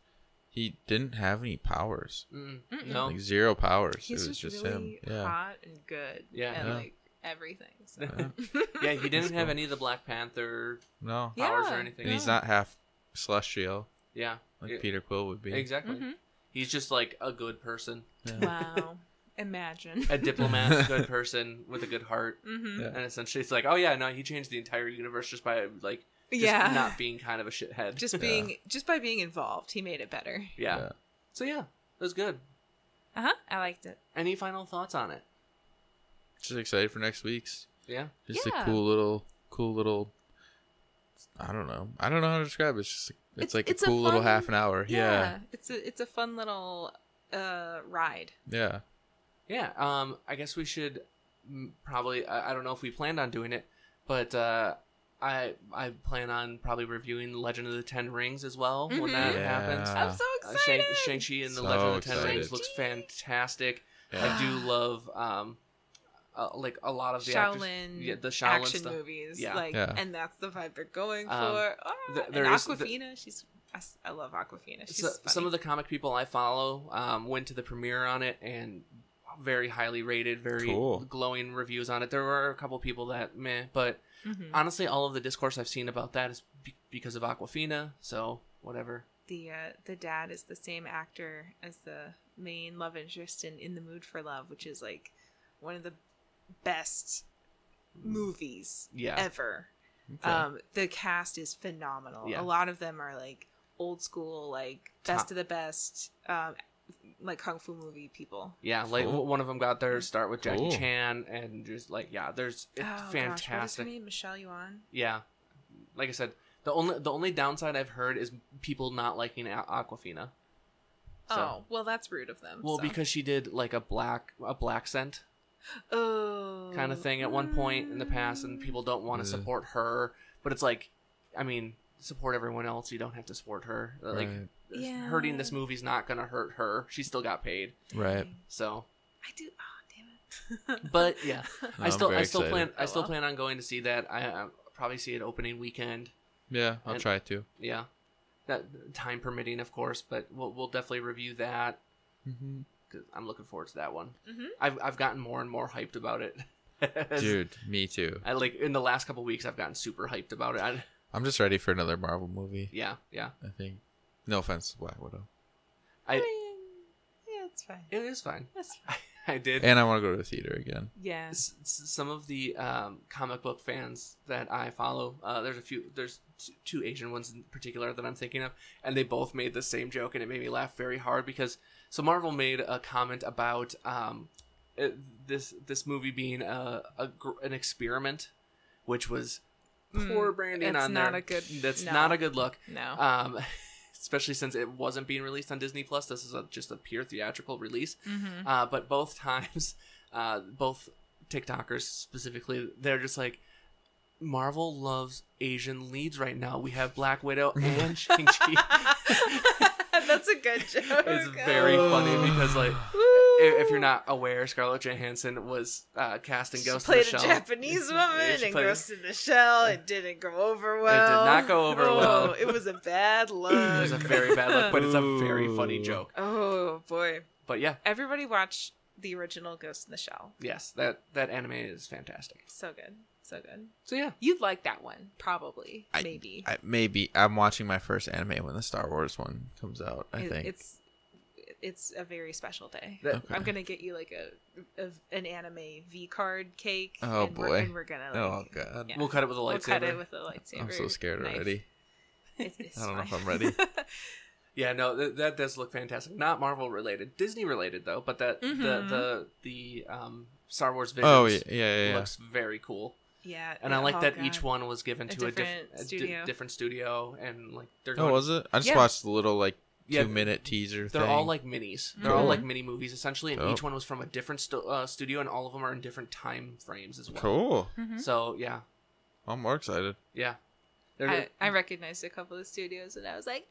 [SPEAKER 2] He didn't have any powers.
[SPEAKER 1] Mm,
[SPEAKER 3] Mm-mm.
[SPEAKER 1] no.
[SPEAKER 2] Like zero powers.
[SPEAKER 3] He's
[SPEAKER 2] it was
[SPEAKER 3] just,
[SPEAKER 2] just,
[SPEAKER 3] really
[SPEAKER 2] him. Yeah.
[SPEAKER 3] hot and good.
[SPEAKER 1] Yeah.
[SPEAKER 3] and
[SPEAKER 2] Yeah.
[SPEAKER 3] like everything. So.
[SPEAKER 2] Yeah.
[SPEAKER 1] Yeah, he didn't have
[SPEAKER 2] cool.
[SPEAKER 1] any of the Black Panther
[SPEAKER 2] No.
[SPEAKER 3] Yeah.
[SPEAKER 1] powers or anything.
[SPEAKER 2] And he's
[SPEAKER 3] Yeah.
[SPEAKER 2] not half celestial
[SPEAKER 1] yeah.
[SPEAKER 2] like
[SPEAKER 1] Yeah,
[SPEAKER 2] Peter Quill would be.
[SPEAKER 1] Exactly.
[SPEAKER 3] Mhm.
[SPEAKER 1] He's just like a good person,
[SPEAKER 2] Yeah.
[SPEAKER 3] Wow. Imagine.
[SPEAKER 1] a diplomat, good person with a good heart.
[SPEAKER 3] hmm
[SPEAKER 2] Yeah.
[SPEAKER 1] And essentially, it's like, oh yeah, no, he changed the entire universe just by like just
[SPEAKER 3] yeah.
[SPEAKER 1] not being kind of a shithead.
[SPEAKER 3] just
[SPEAKER 2] Yeah.
[SPEAKER 3] being just by being involved, he made it better.
[SPEAKER 1] yeah.
[SPEAKER 2] Yeah.
[SPEAKER 1] So yeah, it was good.
[SPEAKER 3] Uh huh. I liked it.
[SPEAKER 1] Any final thoughts on it?
[SPEAKER 2] Just excited for next week's.
[SPEAKER 1] Yeah.
[SPEAKER 2] Just
[SPEAKER 3] Yeah.
[SPEAKER 2] a cool little, cool little. I don't know. I don't know how to describe it. It's just it's,
[SPEAKER 3] It's-
[SPEAKER 2] like
[SPEAKER 3] it's
[SPEAKER 2] a
[SPEAKER 3] a
[SPEAKER 2] cool little
[SPEAKER 3] fun-
[SPEAKER 2] half an hour. Yeah,
[SPEAKER 3] It's a it's a fun little uh ride.
[SPEAKER 2] yeah.
[SPEAKER 1] Yeah. Um, I guess we should mm, probably. I, I don't know if we planned on doing it, but uh, I I plan on probably reviewing Legend of the Ten Rings as well when
[SPEAKER 3] Mhm.
[SPEAKER 1] that
[SPEAKER 2] Yeah.
[SPEAKER 1] happens.
[SPEAKER 2] Uh,
[SPEAKER 3] I'm so
[SPEAKER 1] Uh,
[SPEAKER 3] excited.
[SPEAKER 1] Shang Shang Chi and the
[SPEAKER 2] So
[SPEAKER 1] Legend of the Ten
[SPEAKER 2] excited.
[SPEAKER 1] Rings looks fantastic.
[SPEAKER 2] yeah.
[SPEAKER 1] I do love um, uh, like a lot of the actors-
[SPEAKER 3] Shaolin
[SPEAKER 1] yeah, the Shaolin
[SPEAKER 3] action
[SPEAKER 1] stuff.
[SPEAKER 3] movies.
[SPEAKER 1] Yeah.
[SPEAKER 3] Like
[SPEAKER 2] Yeah.
[SPEAKER 3] and that's the vibe they're going
[SPEAKER 1] Um,
[SPEAKER 3] for. Ah,
[SPEAKER 1] th-
[SPEAKER 3] and
[SPEAKER 1] there is the-
[SPEAKER 3] Aquafina, she's I, s- I love Aquafina. She's
[SPEAKER 1] So, some of
[SPEAKER 3] the
[SPEAKER 1] the comic people I follow um, went to the premiere on it and very highly rated, very
[SPEAKER 2] Cool.
[SPEAKER 1] glowing reviews on it. There were a couple people that meh, but
[SPEAKER 3] Mm-hmm.
[SPEAKER 1] honestly, all of the discourse I've seen about that is be- because of Aquafina. So whatever.
[SPEAKER 3] the uh, the dad is the same actor as the main love interest in In the Mood for Love, which is like one of the best movies
[SPEAKER 1] Yeah.
[SPEAKER 3] ever.
[SPEAKER 2] Okay.
[SPEAKER 3] Um, the cast is phenomenal.
[SPEAKER 1] Yeah.
[SPEAKER 3] A lot of them are like old school, like best
[SPEAKER 1] Top-
[SPEAKER 3] of the best, um, like kung fu movie people.
[SPEAKER 1] yeah, like
[SPEAKER 2] Cool.
[SPEAKER 1] one of them got their start with Jackie
[SPEAKER 2] Cool.
[SPEAKER 1] Chan, and just like yeah, there's it's
[SPEAKER 3] Oh, gosh, what is her
[SPEAKER 1] fantastic.
[SPEAKER 3] name? Michelle Yuan.
[SPEAKER 1] yeah, like I said, the only the only downside I've heard is people not liking A- Aquafina.
[SPEAKER 3] Oh, well, that's rude of them.
[SPEAKER 1] Well,
[SPEAKER 3] so.
[SPEAKER 1] because she did like a black a black scent
[SPEAKER 3] oh,
[SPEAKER 1] kind of thing at one point in the past, and people don't want to
[SPEAKER 2] Yeah.
[SPEAKER 1] support her. But it's like, I mean, support everyone else. You don't have to support her. Uh, Like
[SPEAKER 2] Right.
[SPEAKER 3] Yeah.
[SPEAKER 1] hurting this movie's not gonna hurt her. She still got paid.
[SPEAKER 2] Right.
[SPEAKER 1] So,
[SPEAKER 3] Mm. I do. Oh, damn it.
[SPEAKER 1] but yeah,
[SPEAKER 2] No,
[SPEAKER 1] I
[SPEAKER 2] I'm
[SPEAKER 1] still
[SPEAKER 2] very
[SPEAKER 1] I still
[SPEAKER 2] excited.
[SPEAKER 1] plan I
[SPEAKER 3] Oh,
[SPEAKER 1] still
[SPEAKER 3] well.
[SPEAKER 1] plan on going to see that. I uh, probably see it opening weekend.
[SPEAKER 2] Yeah, I'll
[SPEAKER 1] And-
[SPEAKER 2] try to.
[SPEAKER 1] Yeah, that time permitting, of course. But we'll we'll definitely review that.
[SPEAKER 2] Mm-hmm.
[SPEAKER 1] 'cause I'm looking forward to that one.
[SPEAKER 3] Mhm.
[SPEAKER 1] I've I've gotten more and more hyped about it. As-
[SPEAKER 2] Dude, me too.
[SPEAKER 1] I, like in the last couple weeks, I've gotten super hyped about it. I,
[SPEAKER 2] I'm just ready for another Marvel movie.
[SPEAKER 1] yeah, yeah.
[SPEAKER 2] I think. No offense, to Black Widow.
[SPEAKER 3] I
[SPEAKER 1] I-
[SPEAKER 3] mean, yeah, it's fine.
[SPEAKER 1] It is fine.
[SPEAKER 3] That's fine.
[SPEAKER 1] I did.
[SPEAKER 2] And I want to go to the theater again.
[SPEAKER 3] Yeah.
[SPEAKER 1] s- s- some of the um, comic book fans that I follow, uh, there's a few, there's t- two Asian ones in particular that I'm thinking of, and they both made the same joke, and it made me laugh very hard because so Marvel made a comment about um, uh, this this movie being a, a gr- an experiment, which was
[SPEAKER 3] Mm,
[SPEAKER 1] poor branding
[SPEAKER 3] that's
[SPEAKER 1] on
[SPEAKER 3] not
[SPEAKER 1] there.
[SPEAKER 3] a good-
[SPEAKER 1] that's
[SPEAKER 3] no.
[SPEAKER 1] not a good look.
[SPEAKER 3] No.
[SPEAKER 1] Um, especially since it wasn't being released on Disney Plus. This is a, just a pure theatrical release.
[SPEAKER 3] mm-hmm.
[SPEAKER 1] Uh, but both times, uh, both TikTokers specifically, they're just like, Marvel loves Asian leads right now. We have Black Widow and Shang-Chi.
[SPEAKER 3] That's a good joke.
[SPEAKER 1] it's very
[SPEAKER 2] Oh.
[SPEAKER 1] funny because, like, i-
[SPEAKER 3] Woo.
[SPEAKER 1] if you're not aware, Scarlett Johansson was uh, cast in
[SPEAKER 3] She
[SPEAKER 1] Ghost in
[SPEAKER 3] played
[SPEAKER 1] the Shell.
[SPEAKER 3] a Japanese
[SPEAKER 1] Yeah,
[SPEAKER 3] woman
[SPEAKER 1] she
[SPEAKER 3] in
[SPEAKER 1] played-
[SPEAKER 3] Ghost in the Shell. It didn't go over well.
[SPEAKER 1] not go over
[SPEAKER 3] Oh,
[SPEAKER 1] well.
[SPEAKER 3] It was a bad look.
[SPEAKER 1] It was a very bad look, but it's a very funny
[SPEAKER 2] Ooh.
[SPEAKER 1] joke.
[SPEAKER 3] oh boy!
[SPEAKER 1] But yeah,
[SPEAKER 3] Everybody watch the original Ghost in the Shell.
[SPEAKER 1] yes, that that anime is fantastic.
[SPEAKER 3] So good, so good.
[SPEAKER 1] So yeah,
[SPEAKER 3] You'd like that one, probably,
[SPEAKER 2] I-
[SPEAKER 3] maybe.
[SPEAKER 2] I, maybe I'm watching my first anime when the Star Wars one comes out. I
[SPEAKER 3] It-
[SPEAKER 2] think
[SPEAKER 3] it's it's a very special day.
[SPEAKER 1] that,
[SPEAKER 2] Okay.
[SPEAKER 3] I'm gonna get you like a, a an anime V card cake.
[SPEAKER 2] Oh,
[SPEAKER 3] and We're,
[SPEAKER 2] boy.
[SPEAKER 3] and we're gonna. Like,
[SPEAKER 2] Oh god,
[SPEAKER 3] yeah.
[SPEAKER 1] we'll cut it with a lightsaber.
[SPEAKER 3] We'll cut it with a lightsaber.
[SPEAKER 2] I'm so scared
[SPEAKER 3] knife.
[SPEAKER 2] already.
[SPEAKER 3] It's- it's
[SPEAKER 2] I don't know if
[SPEAKER 3] fine.
[SPEAKER 2] I'm ready.
[SPEAKER 1] Yeah, no, th- that does look fantastic. Not Marvel related, Disney related though. But that
[SPEAKER 3] Mhm.
[SPEAKER 1] the the the um, Star Wars Visions
[SPEAKER 2] Oh yeah, yeah, yeah. yeah.
[SPEAKER 1] looks very cool,
[SPEAKER 3] yeah,
[SPEAKER 1] and I
[SPEAKER 3] yeah,
[SPEAKER 1] like
[SPEAKER 3] oh,
[SPEAKER 1] that
[SPEAKER 3] God.
[SPEAKER 1] each one was given
[SPEAKER 3] A
[SPEAKER 1] to a,
[SPEAKER 3] different
[SPEAKER 1] diff- a di-
[SPEAKER 3] studio.
[SPEAKER 1] different studio, and like they're
[SPEAKER 2] Oh,
[SPEAKER 1] going,
[SPEAKER 2] was it? I just
[SPEAKER 3] Yeah.
[SPEAKER 2] watched the little like
[SPEAKER 1] Yeah,
[SPEAKER 2] two minute teaser.
[SPEAKER 1] they're
[SPEAKER 2] thing.
[SPEAKER 1] all like minis. They're all
[SPEAKER 2] Cool.
[SPEAKER 1] like mini movies essentially, and each
[SPEAKER 2] Dope.
[SPEAKER 1] one was from a different stu- uh, studio, and all of them are in different time frames as well.
[SPEAKER 2] cool.
[SPEAKER 3] Mhm.
[SPEAKER 1] So yeah,
[SPEAKER 2] I'm more excited.
[SPEAKER 1] yeah. They're-
[SPEAKER 3] I, I recognized a couple of studios, and I was like,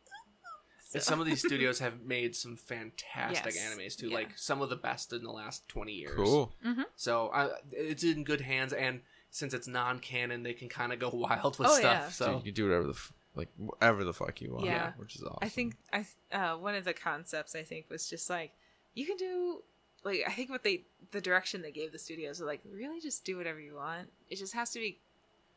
[SPEAKER 3] so-
[SPEAKER 1] and some of these studios have made some fantastic
[SPEAKER 3] Yes,
[SPEAKER 1] animes too,
[SPEAKER 3] yeah.
[SPEAKER 1] like some of the best in the last twenty years.
[SPEAKER 2] Cool.
[SPEAKER 1] So I, it's in good hands, and since it's non-canon, they can kind of go wild with
[SPEAKER 3] Oh,
[SPEAKER 1] stuff.
[SPEAKER 3] yeah.
[SPEAKER 1] So
[SPEAKER 2] Dude, you do whatever the f- like whatever the fuck you want.
[SPEAKER 3] Yeah.
[SPEAKER 2] which is awesome.
[SPEAKER 3] I think I th- uh, one of the concepts I think was just like you can do like I think what they the direction they gave the studios were like really just do whatever you want. It just has to be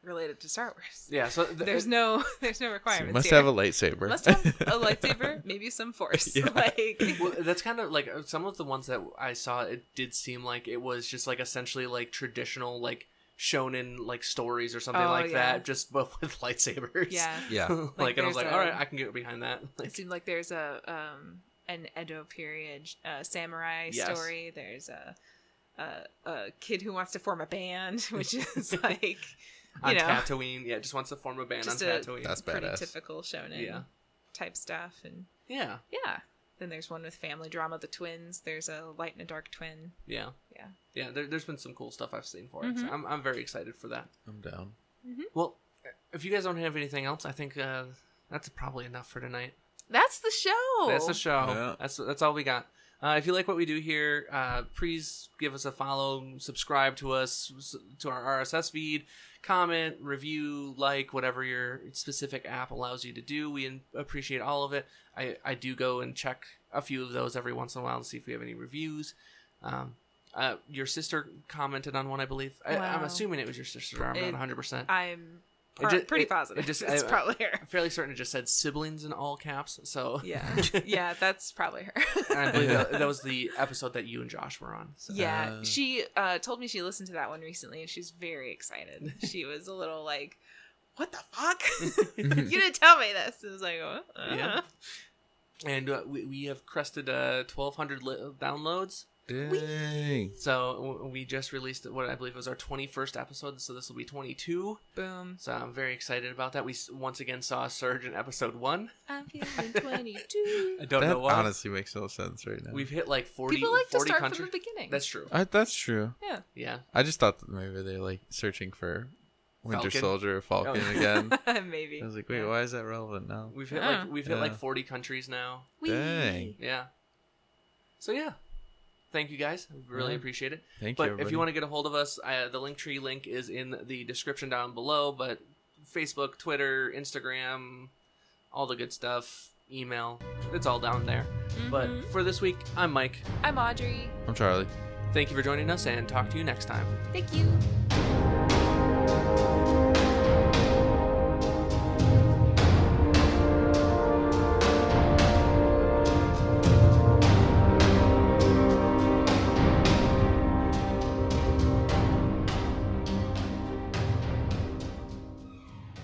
[SPEAKER 3] related to Star Wars.
[SPEAKER 1] Yeah, so th-
[SPEAKER 3] There's no there's no
[SPEAKER 2] So you
[SPEAKER 3] requirements.
[SPEAKER 2] must
[SPEAKER 3] here.
[SPEAKER 2] have a lightsaber.
[SPEAKER 3] must have a lightsaber, maybe some force.
[SPEAKER 2] Yeah.
[SPEAKER 3] Like
[SPEAKER 1] well, that's kind of like uh, some of the ones that I saw. It did seem like it was just like essentially like traditional like shonen like stories or something
[SPEAKER 3] Oh,
[SPEAKER 1] like
[SPEAKER 3] yeah.
[SPEAKER 1] that, just but with lightsabers.
[SPEAKER 3] yeah.
[SPEAKER 2] yeah,
[SPEAKER 1] like, and I was
[SPEAKER 3] there's
[SPEAKER 1] like,
[SPEAKER 3] a-
[SPEAKER 1] all right, I can get behind that.
[SPEAKER 3] It
[SPEAKER 1] Like,
[SPEAKER 3] seemed like there's a um an Edo period uh, samurai
[SPEAKER 1] Yes.
[SPEAKER 3] story. There's a, a a kid who wants to form a band, which is like
[SPEAKER 1] on
[SPEAKER 3] know.
[SPEAKER 1] Tatooine, yeah, just wants to form a band
[SPEAKER 3] Just
[SPEAKER 1] on
[SPEAKER 3] a-
[SPEAKER 1] Tatooine.
[SPEAKER 2] that's
[SPEAKER 3] pretty
[SPEAKER 2] badass.
[SPEAKER 3] typical shonen
[SPEAKER 1] Yeah.
[SPEAKER 3] type stuff. And
[SPEAKER 1] Yeah,
[SPEAKER 3] yeah, then there's one with family drama, the twins. There's a light and a dark twin.
[SPEAKER 1] yeah,
[SPEAKER 3] Yeah.
[SPEAKER 1] yeah. There, there's been some cool stuff I've seen for it. So
[SPEAKER 3] Mhm.
[SPEAKER 1] I'm I'm very excited for that.
[SPEAKER 2] I'm down.
[SPEAKER 1] Well, if you guys don't have anything else, I think uh, that's probably enough for tonight.
[SPEAKER 3] That's the show.
[SPEAKER 1] That's the show.
[SPEAKER 2] Yeah.
[SPEAKER 1] That's that's all we got. Uh, if you like what we do here, uh, please give us a follow, subscribe to us s- to our RSS feed, comment, review, like whatever your specific app allows you to do. We in- appreciate all of it. I I do go and check a few of those every once in a while to see if we have any reviews. Um, uh, your sister commented on one, I believe. I, I'm
[SPEAKER 3] Wow. assuming
[SPEAKER 1] assuming it was your sister. I'm
[SPEAKER 3] It-
[SPEAKER 1] not 100. percent
[SPEAKER 3] I'm
[SPEAKER 1] It
[SPEAKER 3] par-
[SPEAKER 1] ju-
[SPEAKER 3] pretty
[SPEAKER 1] it- it
[SPEAKER 3] positive.
[SPEAKER 1] just-
[SPEAKER 3] it's
[SPEAKER 1] I- I-
[SPEAKER 3] probably her.
[SPEAKER 1] I'm fairly certain it just said siblings in all caps. So
[SPEAKER 3] Yeah, yeah, that's probably her.
[SPEAKER 1] and I believe that, that was the episode that you and Josh were on. So.
[SPEAKER 3] Yeah,
[SPEAKER 2] Uh,
[SPEAKER 3] she uh, told me she listened to that one recently, and she's very excited. She was a little like, "What the fuck? you didn't tell me this." It was like, "Oh, uh,
[SPEAKER 1] Yeah. And uh, we, we have crested uh, 1,200 li- downloads.
[SPEAKER 2] Dang.
[SPEAKER 1] So w- we just released what I believe was our 21st episode. So this will be 22.
[SPEAKER 3] boom,
[SPEAKER 1] So I'm very excited about that. We s- once again saw a surge in episode one.
[SPEAKER 3] I'm feeling 22."
[SPEAKER 1] I don't
[SPEAKER 2] that
[SPEAKER 1] know why.
[SPEAKER 2] honestly makes no sense right now.
[SPEAKER 1] We've hit like 40,
[SPEAKER 3] People like to
[SPEAKER 1] 40
[SPEAKER 3] start
[SPEAKER 1] countries.
[SPEAKER 3] from the beginning.
[SPEAKER 1] That's true.
[SPEAKER 2] I, that's true.
[SPEAKER 3] yeah.
[SPEAKER 1] Yeah.
[SPEAKER 2] I just thought that maybe they're like searching for Winter
[SPEAKER 1] Falcon?
[SPEAKER 2] Soldier or Falcon
[SPEAKER 1] Oh.
[SPEAKER 2] again.
[SPEAKER 3] Maybe.
[SPEAKER 2] I was like, wait, why is that relevant now?
[SPEAKER 1] We've hit
[SPEAKER 3] Yeah.
[SPEAKER 1] like we've hit like
[SPEAKER 2] Yeah.
[SPEAKER 1] 40 countries now.
[SPEAKER 3] Whee.
[SPEAKER 2] Dang.
[SPEAKER 1] Yeah. So yeah. Thank you guys. We Really
[SPEAKER 2] Yeah.
[SPEAKER 1] appreciate it.
[SPEAKER 2] Thank
[SPEAKER 1] but
[SPEAKER 2] you.
[SPEAKER 1] if you want to get a hold of us, uh, the Linktree link is in the description down below. But Facebook, Twitter, Instagram, all the good stuff, email, it's all down there. But
[SPEAKER 3] Mhm.
[SPEAKER 1] for this week, I'm Mike.
[SPEAKER 3] I'm Audrey.
[SPEAKER 2] I'm Charlie.
[SPEAKER 1] Thank you for joining us and talk to you next time.
[SPEAKER 3] Thank you.